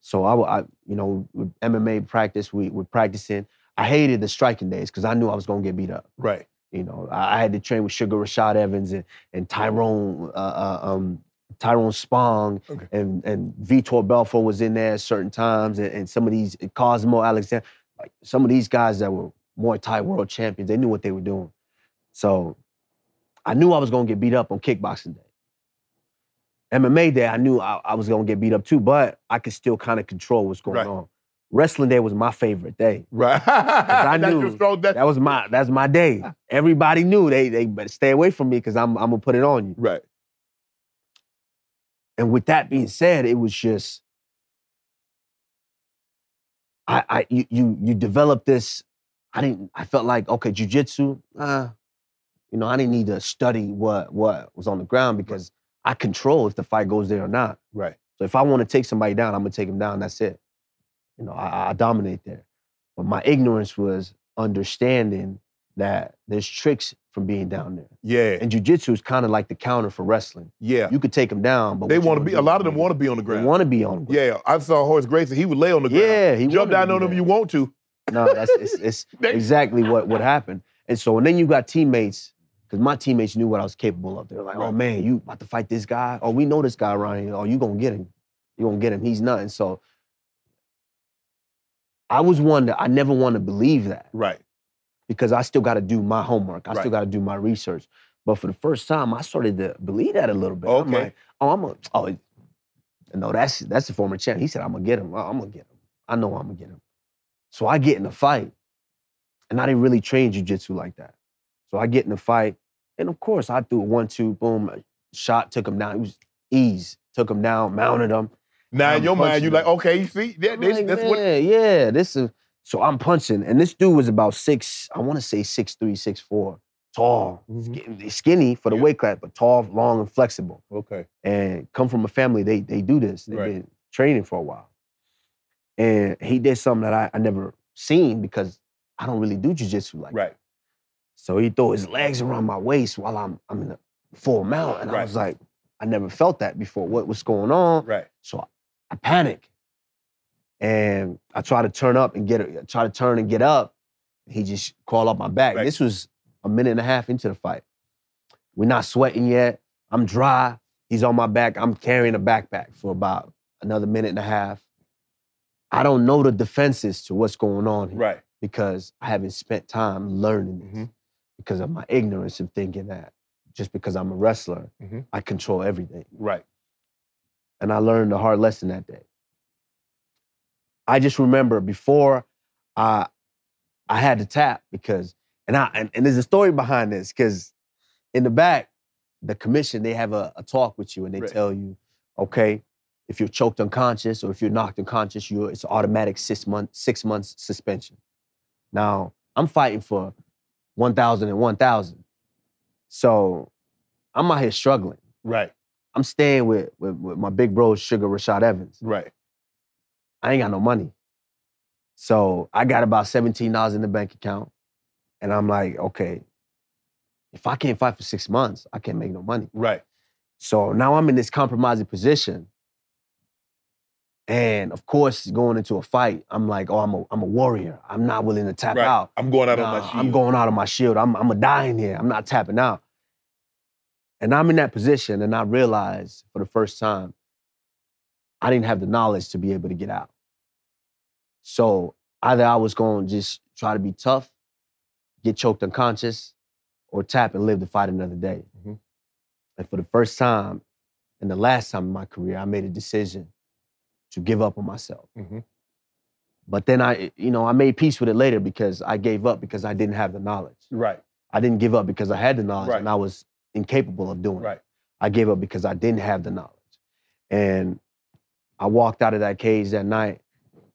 So I, w- I- you know, with MMA practice, we were practicing. I hated the striking days because I knew I was gonna get beat up.
Right.
You know, I, I had to train with Sugar Rashad Evans and, and Tyrone uh, uh, um, Tyrone Spong
Okay.
and and Vitor Belfort was in there at certain times and, and some of these Cosmo Alexander, like some of these guys that were Muay Thai world champions, they knew what they were doing. So I knew I was gonna get beat up on kickboxing day. MMA day, I knew I, I was gonna get beat up too, but I could still kind of control what's going
Right.
on. Wrestling day was my favorite day.
Right.
I
that's
knew
your strong. That's,
That was my that's my day. Everybody knew they they better stay away from me because I'm I'm gonna put it on you.
right.
And with that being said, it was just I I you you you develop this. I didn't I felt like okay, jujitsu, uh, you know, I didn't need to study what what was on the ground because I control if the fight goes there or not.
Right.
So if I want to take somebody down, I'm gonna take them down. That's it. You know, I, I dominate there. But my ignorance was understanding that there's tricks from being down there.
Yeah.
And jujitsu is kind of like the counter for wrestling.
Yeah.
You could take them down, but
They want to be. A lot of them want to be on the ground.
want to be on. the
yeah. I saw Horace Grayson. He would lay on the
ground.
ground.
yeah. He wanted
Jump
to
down
be
on him
there.
if you want to.
No, that's it's, it's
They-
exactly what what happened. And so, and then you got teammates because my teammates knew what I was capable of. They're like, "Oh
Right.
man, you about to fight this guy? Oh, we know this guy around here. Oh, you gonna get him? You gonna get him? He's nothing." So, I was one that I never want to believe that
Right.
because I still got to do my homework. I
Right.
still got to do my research. But for the first time, I started to believe that a little bit. I'm
Okay.
like, oh, I'm a, oh, it- no, that's that's the former champ. He said, I'm gonna get him. I'm gonna get him. I know I'm gonna get him. So I get in a fight, and I didn't really train jujitsu like that. So I get in a fight, and of course I threw a one, two, boom, a shot, took him down. It was ease, took him down, mounted him.
Now
I'm
in your mind,
punching
you like, okay, you see, yeah,
I'm
this-
like,
that's what.
"Man, yeah, this is so I'm punching, and this dude was about six, I want to say six three, six four, tall,
Mhm.
skin- skinny for the
Yeah.
weight class, but tall, long, and flexible.
Okay.
And come from a family, they they do this. They've
Right.
been training for a while. And he did something that I, I never seen because I don't really do jujitsu like
Right.
so he threw his legs around my waist while I'm I'm in a full mount. And I
Right.
was like, I never felt that before. What was going on?
Right.
So I, I panic. And I try to turn up and get try to turn and get up. He just crawled up my back.
Right.
This was a minute and a half into the fight. We're not sweating yet. I'm dry. He's on my back. I'm carrying a backpack for about another minute and a half. I don't know the defenses to what's going on here
Right.
because I haven't spent time learning this
Mhm.
because of my ignorance of thinking that just because I'm a wrestler,
Mhm.
I control everything.
Right.
And I learned a hard lesson that day. I just remember before I I had to tap because and I and, and there's a story behind this because in the back, the commission, they have a, a talk with you and they
Right.
tell you, okay, If you're choked unconscious or if you're knocked unconscious, you're, it's automatic six month six months suspension. Now I'm fighting for one thousand and one thousand, so I'm out here struggling.
Right,
I'm staying with, with with my big bro Sugar Rashad Evans.
right.
I ain't got no money. So I got about $17 in the bank account. And I'm like, okay, if I can't fight for six months, I can't make no money.
Right.
So now I'm in this compromising position. And of course, going into a fight, I'm like, oh, I'm a, I'm a warrior. I'm not willing to tap
right.
out.
I'm going out
Nah,
on my shield.
I'm going out of my shield. I'm I'm a dying here. I'm not tapping out. And I'm in that position, and I realized for the first time, I didn't have the knowledge to be able to get out. So either I was going to just try to be tough, get choked unconscious, or tap and live to fight another day.
Mhm.
And for the first time, and the last time in my career, I made a decision to give up on myself.
Mhm.
But then I, you know, I made peace with it later because I gave up because I didn't have the knowledge.
Right,
I didn't give up because I had the knowledge
Right.
and I was incapable of doing
right.
it. I gave up because I didn't have the knowledge. And I walked out of that cage that night.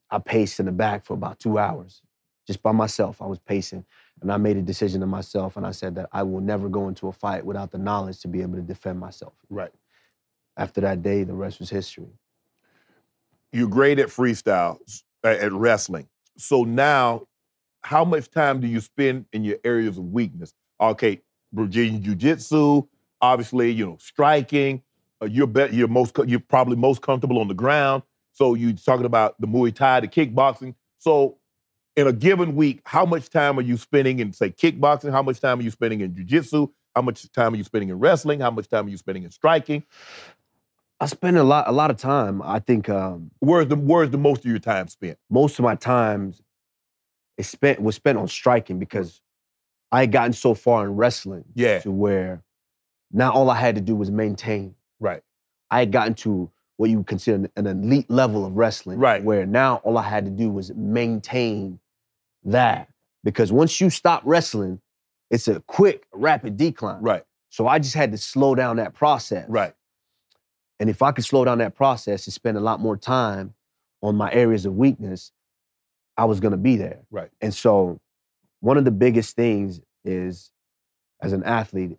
I paced in the back for about two hours just by myself. I was pacing and I made a decision to myself and I said that I will never go into a fight without the knowledge to be able to defend myself.
Right.
After that day, the rest was history.
You're great at freestyles, a- at wrestling. So now, how much time do you spend in your areas of weakness? Okay, Brazilian jiu-jitsu, obviously, you know, striking. Uh, you're bet you're most co- you're probably most comfortable on the ground. So you're talking about the Muay Thai, the kickboxing. So in a given week, how much time are you spending in say kickboxing? How much time are you spending in jiu-jitsu? How much time are you spending in wrestling? How much time are you spending in striking?
I spend a lot, a lot of time. I think um,
Where's the where's the most of your time spent?
most of my times is spent was spent on striking because I had gotten so far in wrestling
Yeah.
to where now all I had to do was maintain.
Right.
I had gotten to what you would consider an elite level of wrestling.
Right.
Where now all I had to do was maintain that. Because once you stop wrestling, it's a quick, rapid decline.
Right.
So I just had to slow down that process.
Right.
And if I could slow down that process and spend a lot more time on my areas of weakness, I was going to be there.
Right.
And so, one of the biggest things is, as an athlete,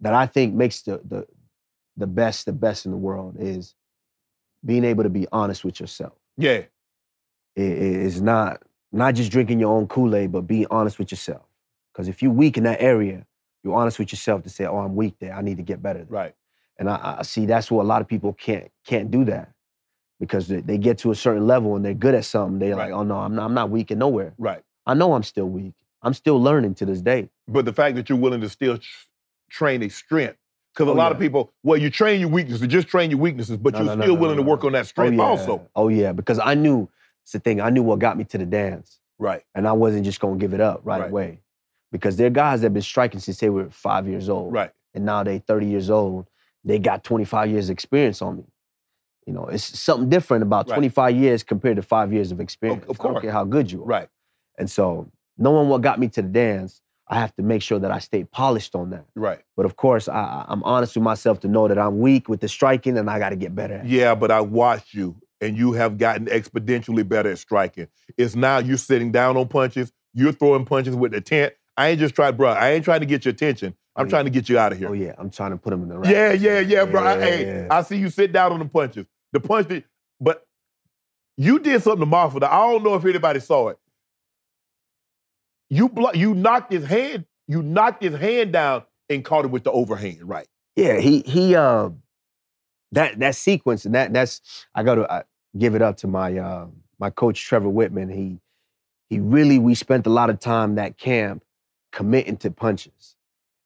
that I think makes the the the best the best in the world is being able to be honest with yourself.
Yeah.
It is not not just drinking your own Kool Aid, but being honest with yourself. Because if you're weak in that area, you're honest with yourself to say, "Oh, I'm weak there. I need to get better." there."
Right.
And I, I see that's where a lot of people can't can't do that because they, they get to a certain level and they're good at something. They're
Right.
like, oh no, I'm not, I'm not weak in nowhere.
Right.
I know I'm still weak. I'm still learning to this day. Oh,
But the fact that you're willing to still tr- train a strength, because
Oh,
a lot
yeah.
of people, well, you train your weaknesses, just train your weaknesses, but
No,
you're
no, no,
still
no,
willing
no,
to work
no.
on that strength
oh, yeah.
also.
Oh yeah, because I knew it's the thing. I knew what got me to the dance,
Right.
and I wasn't just gonna give it up right,
Right.
away. Because there are guys that have been striking since they were five years old,
Right.
and now they 30 years old. They got 25 years experience on me. You know, it's something different about
Right.
25 years compared to five years of experience.
of
I
course.
don't care how good you are.
Right.
And so, knowing what got me to the dance, I have to make sure that I stay polished on that.
Right.
But of course, I- I, I'm honest with myself to know that I'm weak with the striking and I got to get better. At it.
Yeah, but I watched you, and you have gotten exponentially better at striking. It's now you're sitting down on punches. You're throwing punches with the tent. I ain't just trying, bro. I ain't trying to get your attention.
Oh,
I'm
yeah.
trying to get you out of here.
Oh yeah, I'm trying to put him in the right.
Yeah, yeah, yeah, bro. I, hey,
yeah.
I see you sit down on the punches. The punch, that, but you did something to Marfa. that I don't know if anybody saw it. You blo- you knocked his hand, you knocked his hand down and caught him with the overhand, right?
Yeah, he he. Uh, that that sequence and that that's I got to I give it up to my uh, my coach Trevor Whitman. He he really we spent a lot of time that camp committing to punches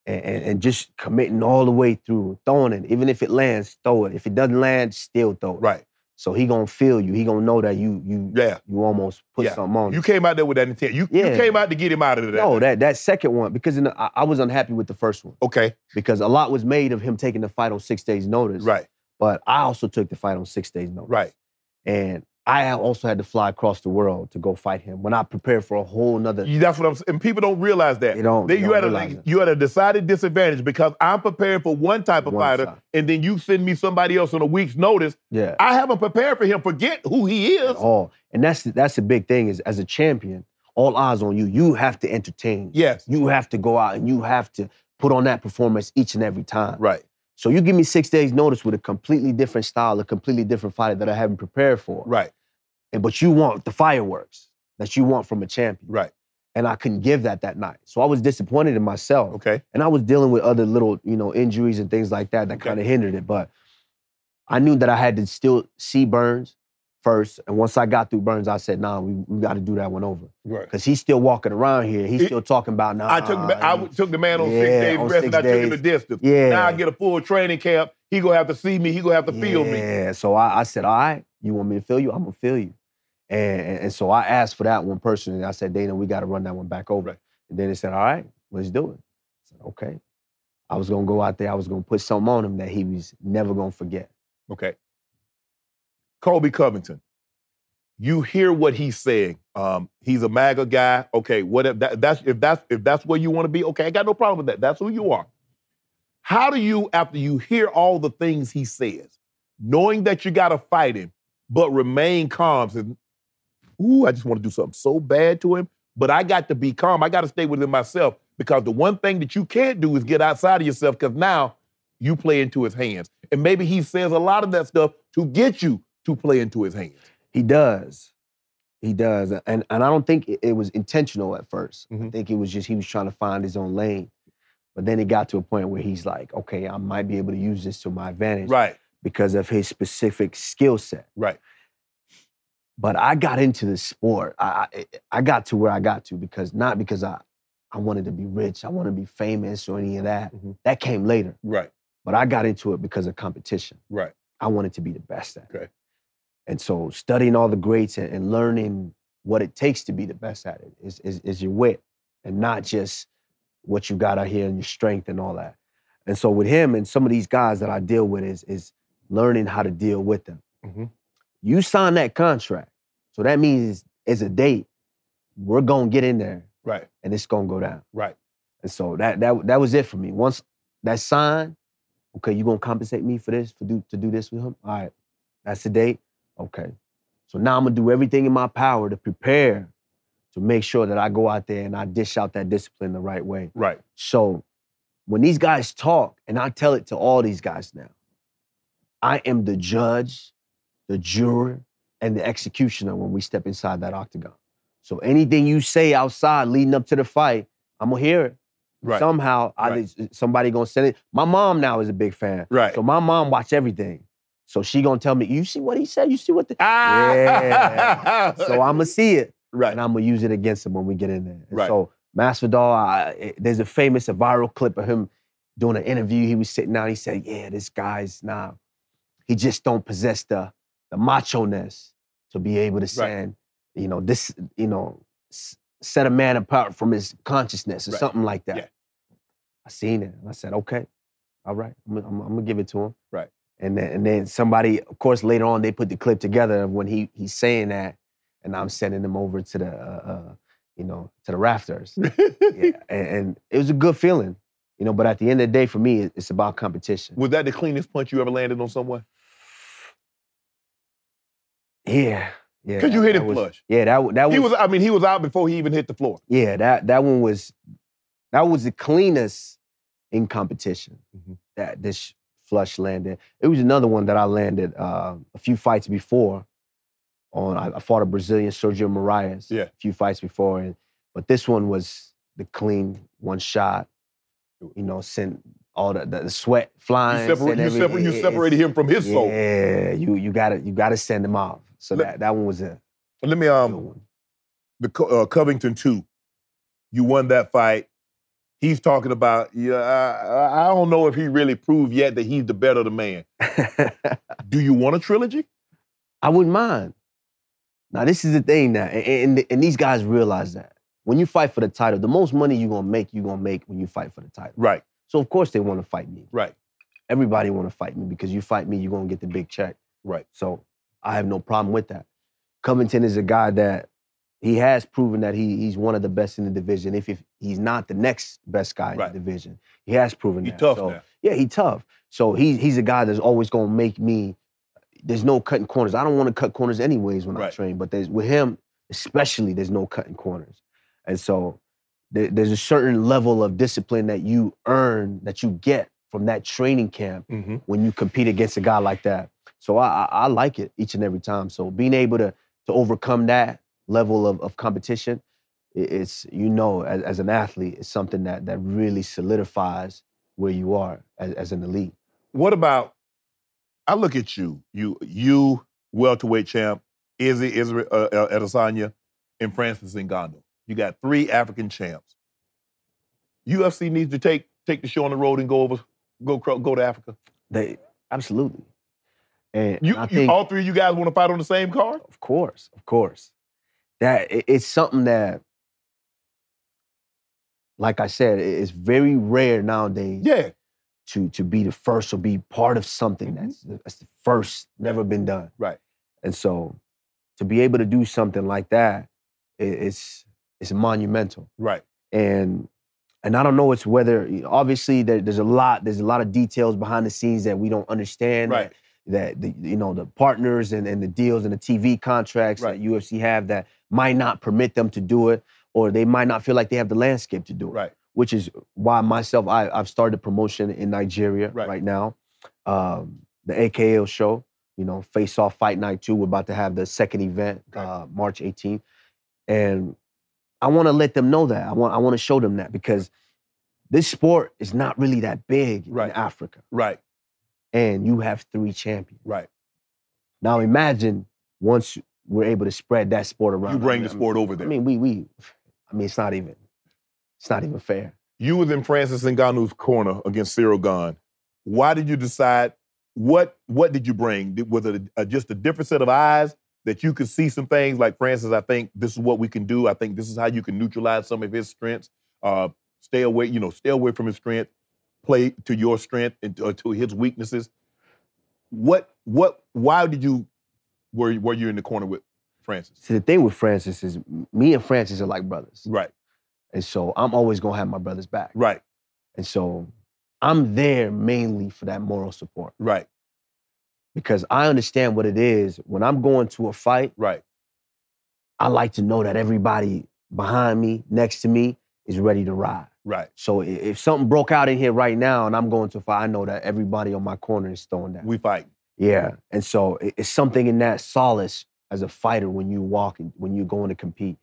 and, and, and just committing all the way through throwing it. Even if it lands, throw it. If it doesn't land, still throw it.
Right.
So he gonna feel you. He gonna know that you you
Yeah.
you almost put
Yeah.
something on.
You
him.
came out there with that intent. You,
Yeah.
you came out to get him out of there.
no, that that second one because in the, I, I was unhappy with the first one
Okay.
because a lot was made of him taking the fight on six days notice.
Right.
But I also took the fight on six days notice.
Right.
And I also had to fly across the world to go fight him when I prepared for a whole nother.
That's what I'm saying. And people don't realize that.
They don't-
Then
they
you
don't
had
realize
a
that.
you had a decided disadvantage because I'm preparing for one type of
One
fighter,
side.
and then you send me somebody else on a week's notice.
Yeah.
I haven't prepared for him. Forget who he is.
at all. And that's that's the big thing is as a champion, all eyes on you. You have to entertain.
Yes.
You have to go out and you have to put on that performance each and every time.
Right.
So you give me six days notice with a completely different style, a completely different fighter that I haven't prepared for.
Right.
And but you want the fireworks that you want from a champion.
Right.
And I couldn't give that that night. So I was disappointed in myself.
Okay.
And I was dealing with other little, you know, injuries and things like that that
Okay.
kind of hindered it. But I knew that I had to still see Burns first. And once I got through Burns, I said, nah, we, we got to do that one over.
Right.
Because he's still walking around here. He's
It-
still talking about, nah.
I took the- I
he-
took the man on six
Ah. Yeah,
days
on
rest, and I
six
took him to
days.
distance.
yeah.
Now I get a full training camp. He gonna have to see me. He gonna have to feel me.
Yeah. So I, I said, all right, you want me to feel you? I'm going to feel you. And, and, and so I asked for that one person. And I said, Dana, we got to run that one back over.
Right.
And then they said, all right, let's do it. I said, okay. I was going to go out there. I was going to put something on him that he was never going to forget.
Okay. Kobe Covington. You hear what he's saying. Um, he's a MAGA guy. Okay, whatever. That, that's if that's if that's where you want to be. Okay, I got no problem with that. That's who you are. How do you, after you hear all the things he says, knowing that you got to fight him, but remain calm? And ooh, I just want to do something so bad to him, but I got to be calm. I got to stay within myself because the one thing that you can't do is get outside of yourself because now you play into his hands. And maybe he says a lot of that stuff to get you to play into his hands.
He does. He does. And and I don't think it, it was intentional at 1st I
Mhm.
think it was just he was trying to find his own lane. But then it got to a point where he's like, okay, I might be able to use this to my advantage
Right,
because of his specific skill set.
right.
But I got into this sport. I, I I got to where I got to because not because I I wanted to be rich, I want to be famous or any of that.
Mhm.
That came later.
Right,
But I got into it because of competition.
right.
I wanted to be the best at.
Okay.
It. And so studying all the greats and, and learning what it takes to be the best at it is, is, is your wit and not just what you got out here and your strength and all that. And so with him and some of these guys that I deal with is, is learning how to deal with them.
Mhm.
You sign that contract. So that means it's a date. We're going to get in there
Right,
and it's going to go down.
right.
And so that that that was it for me. Once that sign, okay, you gonna compensate me for this, for do to do this with him? All right, that's the date. Okay. So now I'm gonna do everything in my power to prepare to make sure that I go out there and I dish out that discipline the right way.
Right.
So when these guys talk, and I tell it to all these guys now, I am the judge, the juror, and the executioner when we step inside that octagon. So anything you say outside leading up to the fight, I'm gonna hear it.
Right.
Somehow, either s- somebody gonna send it. My mom now is a big fan,
Right.
so my mom watch everything. So she gonna tell me, "You see what he said? You see what?" The-?
Ah!
Yeah. So I'm gonna see it
right.
and I'm gonna use it against him when we get in there. And
Right.
So Masvidal, I, it- there's a famous, a viral clip of him doing an interview. He was sitting down. He said, "Yeah, this guy's now, he just don't possess the the macho ness to be able to send, you know, this, you know, s- set a man apart from his consciousness or
Right.
something like that."
Yeah.
I seen it. and I said, "Okay, all right, I'm, gonna- I'm, I'm gonna give it to him."
Right.
And then, and then somebody, of course, later on they put the clip together of when he he's saying that and I'm sending them over to the, uh, uh, you know, to the rafters. yeah, and, and it was a good feeling, you know. But at the end of the day, for me, it- it's about competition.
Was that the cleanest punch you ever landed on someone?
Yeah, yeah.
Because you
that-
hit
that
him
was-
flush.
Yeah, that wa- that was,
He was, I mean, he was out before he even hit the floor.
Yeah, that that one was that was the cleanest in competition.
Mhm.
That this flush landed. It was another one that I landed uh, a few fights before. On I, I fought a Brazilian Sergio Moraes.
Yeah.
a few fights before, and but this one was the clean one shot. You know, sent all the, the, the sweat
You,
flying.
separa-
sent
you,
every-
separa- you
it- it-
separated him from his soul.
Yeah, you you got to you got to send him off. So
Let-
that that one was a
Let me
good
um
one.
the Co- uh, Covington two. You won that fight. He's talking about yeah. I, I- I don't know if he really proved yet that he's the better the man. Do you want a trilogy?
I wouldn't mind. Now this is the thing now, and, and, and these guys realize that when you fight for the title, the most money you're gonna make, you're gonna make when you fight for the title.
Right,
So of course they want to fight me.
right,
Everybody want to fight me because you fight me, you're gonna get the big check.
Right.
So I have no problem with that. Covington is a guy that he has proven that he he's one of the best in the division. If, if he's not the next best guy in
Right.
the division, he has proven
He
that.
tough
So,
now.
Yeah, he tough. So he he's a guy that's always gonna make me. There's no cutting corners. I don't want to cut corners anyways when I
Right.
train, but there's with him especially, there's no cutting corners, and so there, there's a certain level of discipline that you earn that you get from that training camp
Mm-hmm.
when you compete against a guy like that. So I, I, I like it each and every time. So being able to to overcome that level of, of competition, i- it's you know as, as an athlete, it's something that that really solidifies where you are as, as an elite.
What about? I look at you, you, you welterweight champ, Izzy Israel uh, uh, Adesanya, and Francis Ngannou. You got three African champs. UFC needs to take take the show on the road and go over, go cro- go to Africa.
They absolutely, and
You,
I
you-
think
all three of you guys want to fight on the same card?
of course, of course, that it- it's something that. Like I said, i- it's very rare nowadays
Yeah,
to to be the first or be part of something
Mhm.
that's that's the first never been done.
Right.
And so to be able to do something like that, i- it's it's monumental.
right.
And and I don't know it's whether obviously there, there's a lot there's a lot of details behind the scenes that we don't understand.
Right.
That, that the, you know the partners and, and the deals and the TV contracts
Right.
that UFC have that might not permit them to do it, or they might not feel like they have the landscape to do it
Right.
which is why myself I, I've started a promotion in Nigeria
Right.
right, now. Um, the AKL show, you know, Face Off Fight Night 2. We're about to have the second event
Okay.
uh, March 18th. And I want to let them know that. I want I want to show them that because this sport is not really that big
Right.
in Africa.
Right,
And you have three champions.
right.
Now imagine once we're able to spread that sport around.
You bring
I
the
mean-
sport over
I
there.
mean, we we I mean it's not even it's not even fair.
you was in Francis Ngannou's corner against Cyril Gunn. Why did you decide? What What did you bring? Did- Was it a, just a different set of eyes that you could see some things like Francis? I think this is what we can do. I think this is how you can neutralize some of his strengths. Uh, stay away, you know, stay away from his strength. Play to your strength and to, to his weaknesses. What What Why did you were Were you in the corner with Francis?
So the thing with Francis is me and Francis are like brothers.
Right,
And so I'm always gonna have my brothers back.
right,
And so I'm there mainly for that moral support
right,
because I understand what it is. When I'm going to a fight,
right,
I like to know that everybody behind me, next to me, is ready to ride.
right.
So i- if something broke out in here right now and I'm going to a fight, I know that everybody on my corner is throwing that.
We fight.
Yeah, and so it- it's something in that solace as a fighter when you walk and when you're going to compete.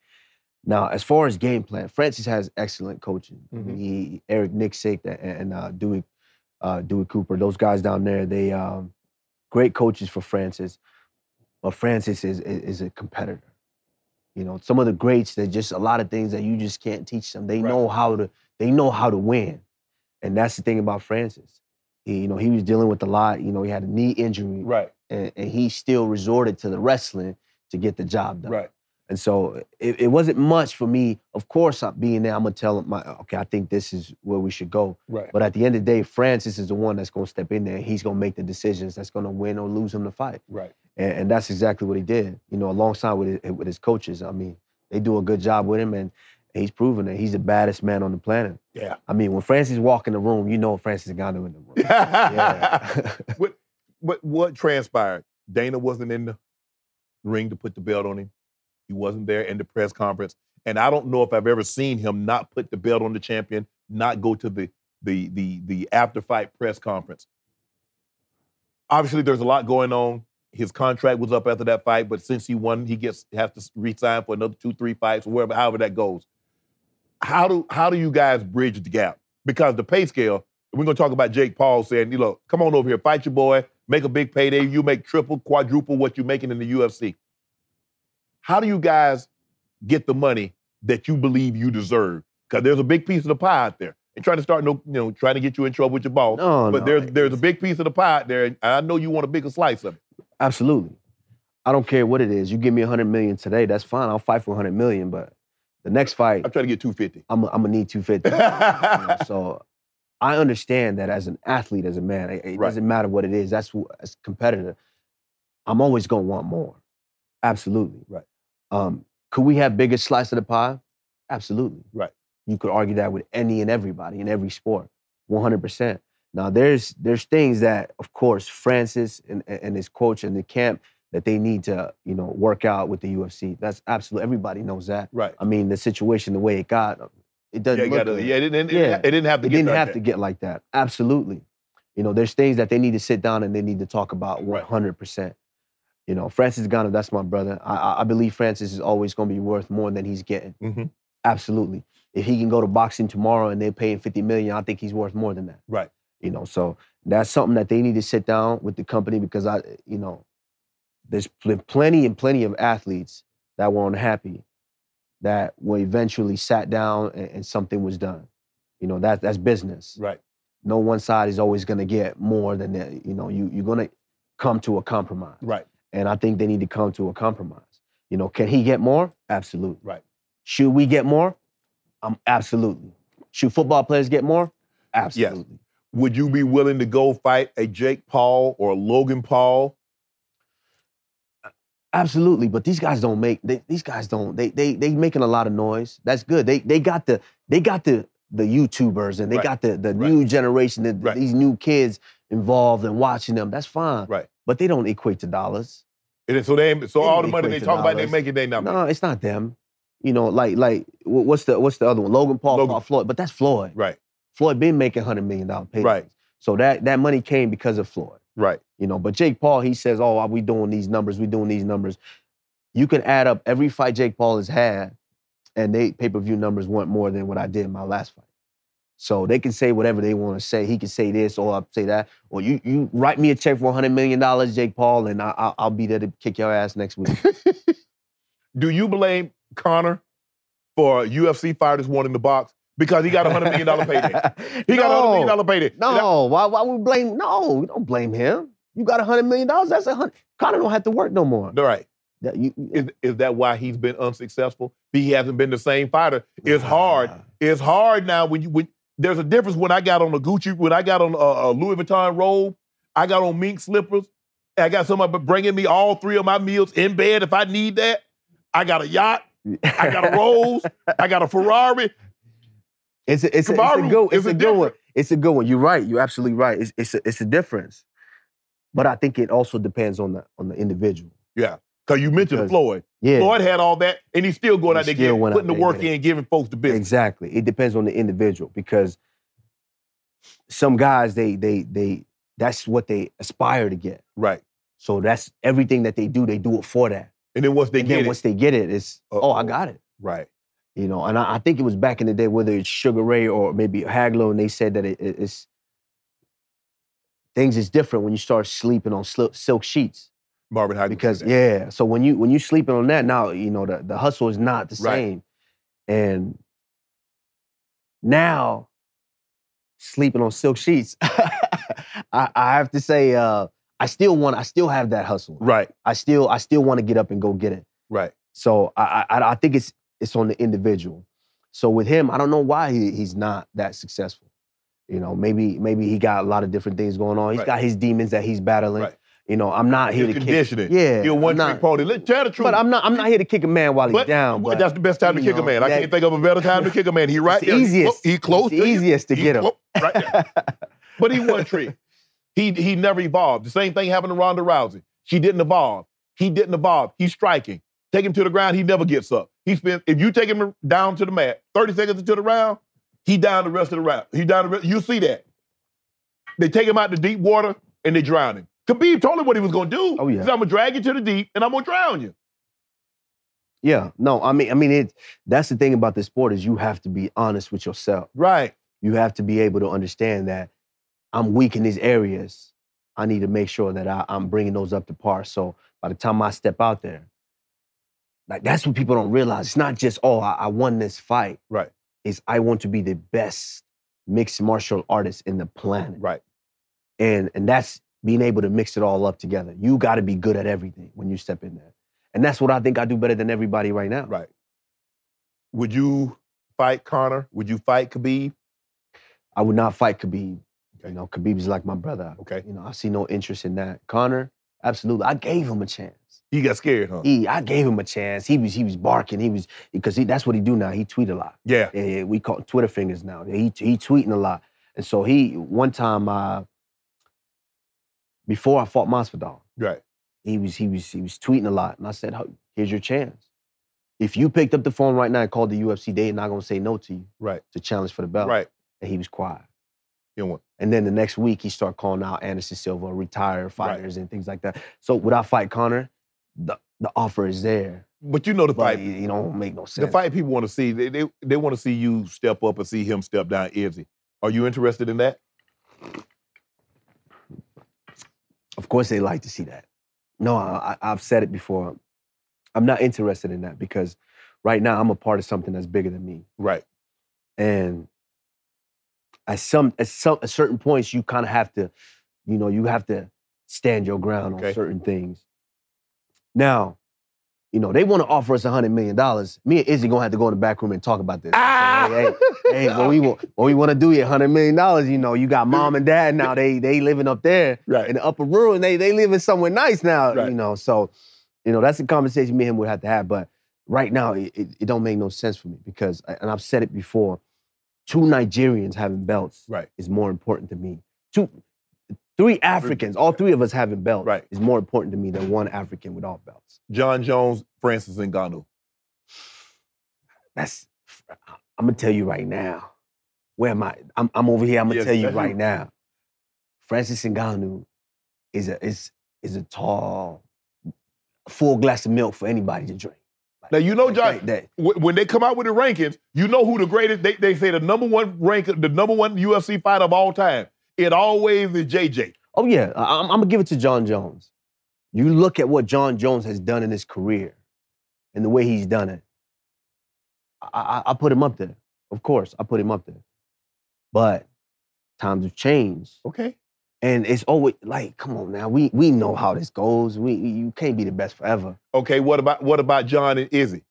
Now, as far as game plan, Francis has excellent coaching. I mean, He, Eric Nixick and, and uh, Dewey uh, Dewey Cooper, those guys down there, they um, great coaches for Francis. But Francis is, is is a competitor. You know, some of the greats. There's just a lot of things that you just can't teach them. They
Right.
know how to they know how to win, and that's the thing about Francis. He, you know, he was dealing with a lot. You know, he had a knee injury
Right,
and, and he still resorted to the wrestling to get the job done.
right,
And so it, it wasn't much for me. Of course, I'm being there, I'm gonna tell him, my, okay, I think this is where we should go.
right.
But at the end of the day, Francis is the one that's gonna step in there. and He's gonna make the decisions that's gonna win or lose him the fight.
Right.
And, and that's exactly what he did. You know, alongside with his, with his coaches. I mean, they do a good job with him, and he's proven it. He's the baddest man on the planet.
Yeah.
I mean, when Francis walk in the room, you know Francis got him in the room. Yeah.
what what what transpired? Dana wasn't in the ring to put the belt on him. He wasn't there in the press conference, and I don't know if I've ever seen him not put the belt on the champion, not go to the the the the after fight press conference. Obviously, there's a lot going on. His contract was up after that fight, but since he won, he gets has to resign for another two, three fights, or wherever, however that goes. How do how do you guys bridge the gap? Because the pay scale we're gonna talk about Jake Paul saying, you know, come on over here, fight your boy, make a big payday. You make triple, quadruple what you're making in the UFC. How do you guys get the money that you believe you deserve? Because there's a big piece of the pie out there. And trying to start no, you know, trying to get you in trouble with your boss.
No,
but
no,
there's
it-
there's a big piece of the pie out there, and I know you want a bigger slice of it.
Absolutely. I don't care what it is. You give me 100 million today, that's fine. I'll fight for 100 million, but the next fight,
I'm trying to get 250.
I'm, I'm gonna need 250. you know? So I understand that as an athlete, as a man, it, it
Right.
doesn't matter what it is. That's wh- as a competitor, I'm always gonna want more. Absolutely.
Right.
Um, could we have bigger slice of the pie? Absolutely.
Right.
You could argue that with any and everybody in every sport, 100%. Now, there's there's things that, of course, Francis and, and his coach and the camp that they need to, you know, work out with the UFC. That's absolutely everybody knows that.
Right.
I mean, the situation, the way it got, it doesn't
Yeah, you
look
gotta-
good.
yeah, it didn't, it,
Yeah.
it didn't have to
It
get
didn't
like
have
that.
to get like that. Absolutely. You know, there's things that they need to sit down and they need to talk about
Right.
100%. You know, Francis Ghana, that's my brother. I- I, I believe Francis is always going to be worth more than he's getting.
Mhm.
Absolutely. If he can go to boxing tomorrow and they're paying 50 million, I think he's worth more than that.
Right.
You know, so that's something that they need to sit down with the company because I, you know, there's pl- plenty and plenty of athletes that were unhappy that were eventually sat down and, and something was done. You know, that that's business.
Right.
No one side is always gonna get more than that. You know, you you're gonna come to a compromise.
Right.
And I think they need to come to a compromise. You know, can he get more? Absolutely.
Right.
Should we get more? Um, absolutely. Should football players get more? Absolutely.
Would you be willing to go fight a Jake Paul or a Logan Paul?
Absolutely, but these guys don't make they, these guys don't they they they making a lot of noise. That's good. They they got the they got the the YouTubers and they
Right.
got the the new generation that
Right.
these new kids involved and watching them. That's fine.
Right.
But they don't equate to dollars.
And then- so they ain't- so
They
all
don't
the money they
equate to
talk about, they
dollars.
make it they not
No,
make.
it's not them. You know, like like wh- what's the what's the other one? Logan Paul
Logan.
fought Floyd, but that's Floyd.
Right.
Floyd been making hundred million dollar payments.
Right.
So that that money came because of Floyd.
Right.
You know, but Jake Paul, he says, "Oh, we doing these numbers? We doing these numbers?" You can add up every fight Jake Paul has had, and they pay per view numbers want more than what I did in my last fight. So they can say whatever they want to say. He can say this, or I say that, or you you write me a check for hundred million dollars, Jake Paul, and I, I'll, I'll be there to kick your ass next week.
Do you blame Connor for UFC fighters wanting to box because he got a hundred million dollar payday? He got a hundred million dollar payday. And I-
No, why why we blame? No, you don't blame him. You got a hundred million dollars. That's a hundred. Connor don't have to work no more.
All right.
That- you-
Is, is that why he's been unsuccessful? He hasn't been the same fighter. It's hard. It's hard now when you when there's a difference when I got on a Gucci, when I got on a, a Louis Vuitton robe, I got on mink slippers, and I got somebody bringing me all three of my meals in bed if I need that. I got a yacht, I got a Rolls, I got a Ferrari.
It's a, it's, a, it's a
Kamaru
good it's
is
a,
a
good one.
different-
It's a good one. You're right. You're absolutely right. It's it's a, it's a difference, but I think it also depends on the on the individual.
Cause you mentioned
Because-
Floyd.
Yeah,
Floyd had all that, and he's still going
He
out there
still
getting,
went out
putting the
there
work
and did
in, giving folks the business.
exactly. It depends on the individual because some guys they they they that's what they aspire to get.
Right.
So that's everything that they do. They do it for that.
And then once they
and
get
then
it,
once they get it, it's oh I
Uh-oh.
got it.
right.
You know, and I, I think it was back in the day, whether it's Sugar Ray or maybe Hagler, and they said that it, it- it's things is different when you start sleeping on sil- silk sheets
Marvin Hagler.
because
said that.
yeah. So when you when you sleeping on that now, you know the the hustle is not the
Right.
same, and now sleeping on silk sheets, I, I have to say uh, I still want I still have that hustle.
Right,
I still I still want to get up and go get it.
right.
So I, I I think it's it's on the individual. So with him, I don't know why he, he's not that successful. You know, maybe maybe he got a lot of different things going on. He's
Right.
got his demons that he's battling.
Right.
You know, I'm not here
You're
to kick.
conditioning.
Yeah,
You're one
I'm not-
trick pony. Let- Tell the truth.
But I'm not I'm not here to kick a man while he's
But-
down.
Well,
But
that's the best time to
you
kick a
know,
man. I
that-
can't think of a better time to kick a man. He right
it's
there.
the
He clo-
easiest. it's
He close. to
the
you.
easiest to
He
get him.
clo- right there. But he one trick. He he never evolved. The same thing happened to Ronda Rousey. She didn't evolve. He didn't evolve. He's striking. Take him to the ground. He never gets up. He spends. If you take him down to the mat, thirty seconds into the round, he down the rest of the round. He down. The rest, you see that? They take him out to deep water and they drown him. Khabib told him what he was going to do.
Oh, yeah.
He said, "I'm going to drag you to the deep and I'm going to drown you."
yeah, no, I mean I mean it. That's the thing about this sport is you have to be honest with yourself.
Right.
you have to be able to understand that I'm weak in these areas. I need to make sure that I, I'm bringing those up to par. So by the time I step out there, like that's what people don't realize. It's not just oh I, I won this fight.
Right.
It's I want to be the best mixed martial artist in the planet.
Right.
And and that's being able to mix it all up together. You got to be good at everything when you step in there. And that's what I think I do better than everybody right now.
Right. Would you fight Connor? Would you fight Khabib?
I would not fight Khabib.
Okay.
You know, Khabib is like my brother.
Okay.
You know, I see no interest in that. Connor, Absolutely. I gave him a chance.
He got scared, huh?
He, I gave him a chance. He was, he was barking. He was because he, that's what he do now. He tweet a lot.
yeah.
Yeah, yeah, we call it Twitter fingers now. He he tweeting a lot, and so he one time uh, before I fought Masvidal,
Right.
he was he was he was tweeting a lot, and I said, "Huh, "Here's your chance. If you picked up the phone right now and called the UFC, they're not gonna say no to you
Right.
to challenge for the belt."
Right.
And he was quiet.
You want.
And then the next week, he started calling out Anderson Silva, retired fighters, and things like that. So would I fight Connor? The the offer is there,
But you know the
but
fight.
it, it don't make no
The
sense.
fight people want to see, they they, they want to see you step up and see him step down. Is he? Are you interested in that?
Of course, they like to see that. No, I, I, I've said it before. I'm not interested in that because right now I'm a part of something that's bigger than me.
Right.
And at some at some at certain points, you kind of have to, you know, you have to stand your ground
Okay.
on certain things. Now, you know, they want to offer us hundred million dollars. Me and Izzy gonna have to go in the back room and talk about this.
Ah!
Hey, hey, hey, what we want, what we want to do here? Hundred million dollars. You know, you got mom and dad now. They they living up there
Right.
in the upper rural, and they they living somewhere nice now.
Right.
You know, so you know that's a conversation me and him would have to have. But right now, it, it, it don't make no sense for me because, and I've said it before, two Nigerians having belts
Right.
is more important to me. Two, three Africans, all three of us having belts
Right.
is more important to me than one African with all belts.
John Jones, Francis Ngannou.
That's I'm gonna tell you right now. Where am I? I'm, I'm over here. I'm gonna
Yes,
tell you
that's
right
you.
now. Francis Ngannou is a is is a tall full glass of milk for anybody to drink.
Now you know
Like,
John.
that- that-
Wh- when they come out with the rankings, you know who the greatest. They, they say the number one rank, the number one UFC fighter of all time. It always is JJ.
oh yeah, I, am gonna give it to John Jones. You look at what John Jones has done in his career, and the way he's done it. I, I, I put him up there, of course. I put him up there, but times have changed.
Okay.
And it's always like, come on now, we we know how this goes. We you can't be the best forever.
Okay. What about what about John and Izzy?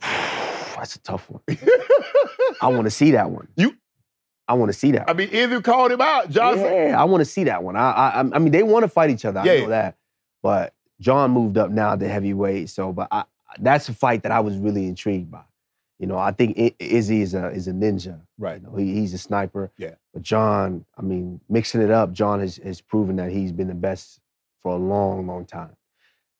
That's a tough one. I want to see that one.
You-
I want to see that.
I
One.
mean, Izzy called him out. John said,
yeah, I want to see that one. I I I mean, they want to fight each other. I
Yeah.
know that. But John moved up now to heavyweight, so but I that's a fight that I was really intrigued by. You know, I think I- Izzy is a is a ninja.
right.
You know, he, he's a sniper.
Yeah.
But John, I mean, mixing it up, John has, has proven that he's been the best for a long, long time.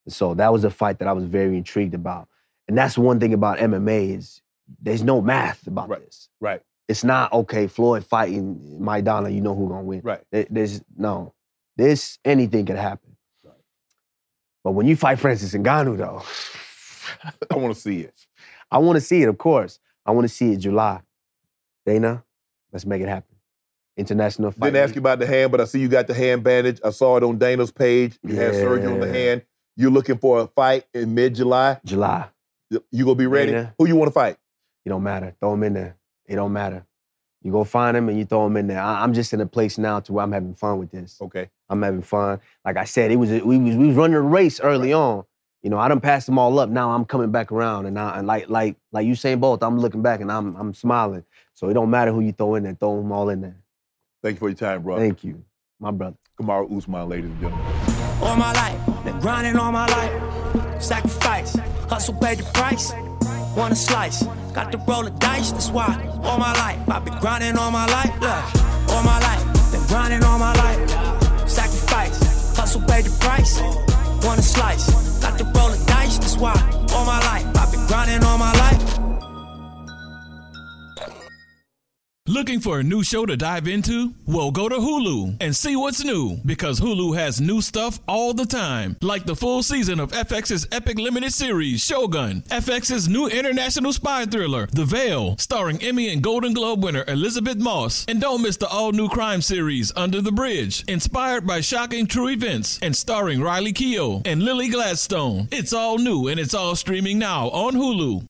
So that was a fight that I was very intrigued about. And that's one thing about MMA is there's no math about
Right,
this.
right.
It's not okay, Floyd fighting Maidana, you know who's gonna win.
Right.
There- There's no. This anything could happen. But when you fight Francis Ngannou, though,
I want to see it.
I want to see it, of course. I want to see it July. Dana, let's make it happen. International fight.
Didn't ask you about the hand, but I see you got the hand bandage. I saw it on Dana's page. You had surgery on the
Yeah.
hand. You're looking for a fight in mid-July.
July.
You gonna be ready?
Dana.
Who you want to fight?
It don't matter. Throw him in there. It don't matter. You go find him and you throw him in there. I, am just in a place now to where I'm having fun with this.
Okay.
I'm having fun. Like I said, it was we was we was running a race early on. You know, I done passed them all up. Now I'm coming back around, and I and like like like Usain Bolt, I'm looking back and I'm I'm smiling. So it don't matter who you throw in there. Throw them all in there.
Thank you for your time, bro.
Thank you, my brother.
Kamara Usman, ladies and gentlemen.
all my life. Been grinding all my life. Sacrifice, hustle paid the price. Want a slice, got to roll the dice, that's why. All my life, I've been grinding all my life. Look, all my life, been grinding all my life. Sacrifice, hustle paid the price. Want a slice, got to roll the dice, that's why. All my life, I've been grinding all my life.
Looking for a new show to dive into? Well, go to Hulu and see what's new because Hulu has new stuff all the time, like the full season of FX's epic limited series, Shogun, FX's new international spy thriller, The Veil, starring Emmy and Golden Globe winner Elizabeth Moss. And don't miss the all new crime series, Under the Bridge, inspired by shocking true events and starring Riley Keough and Lily Gladstone. It's all new and it's all streaming now on Hulu.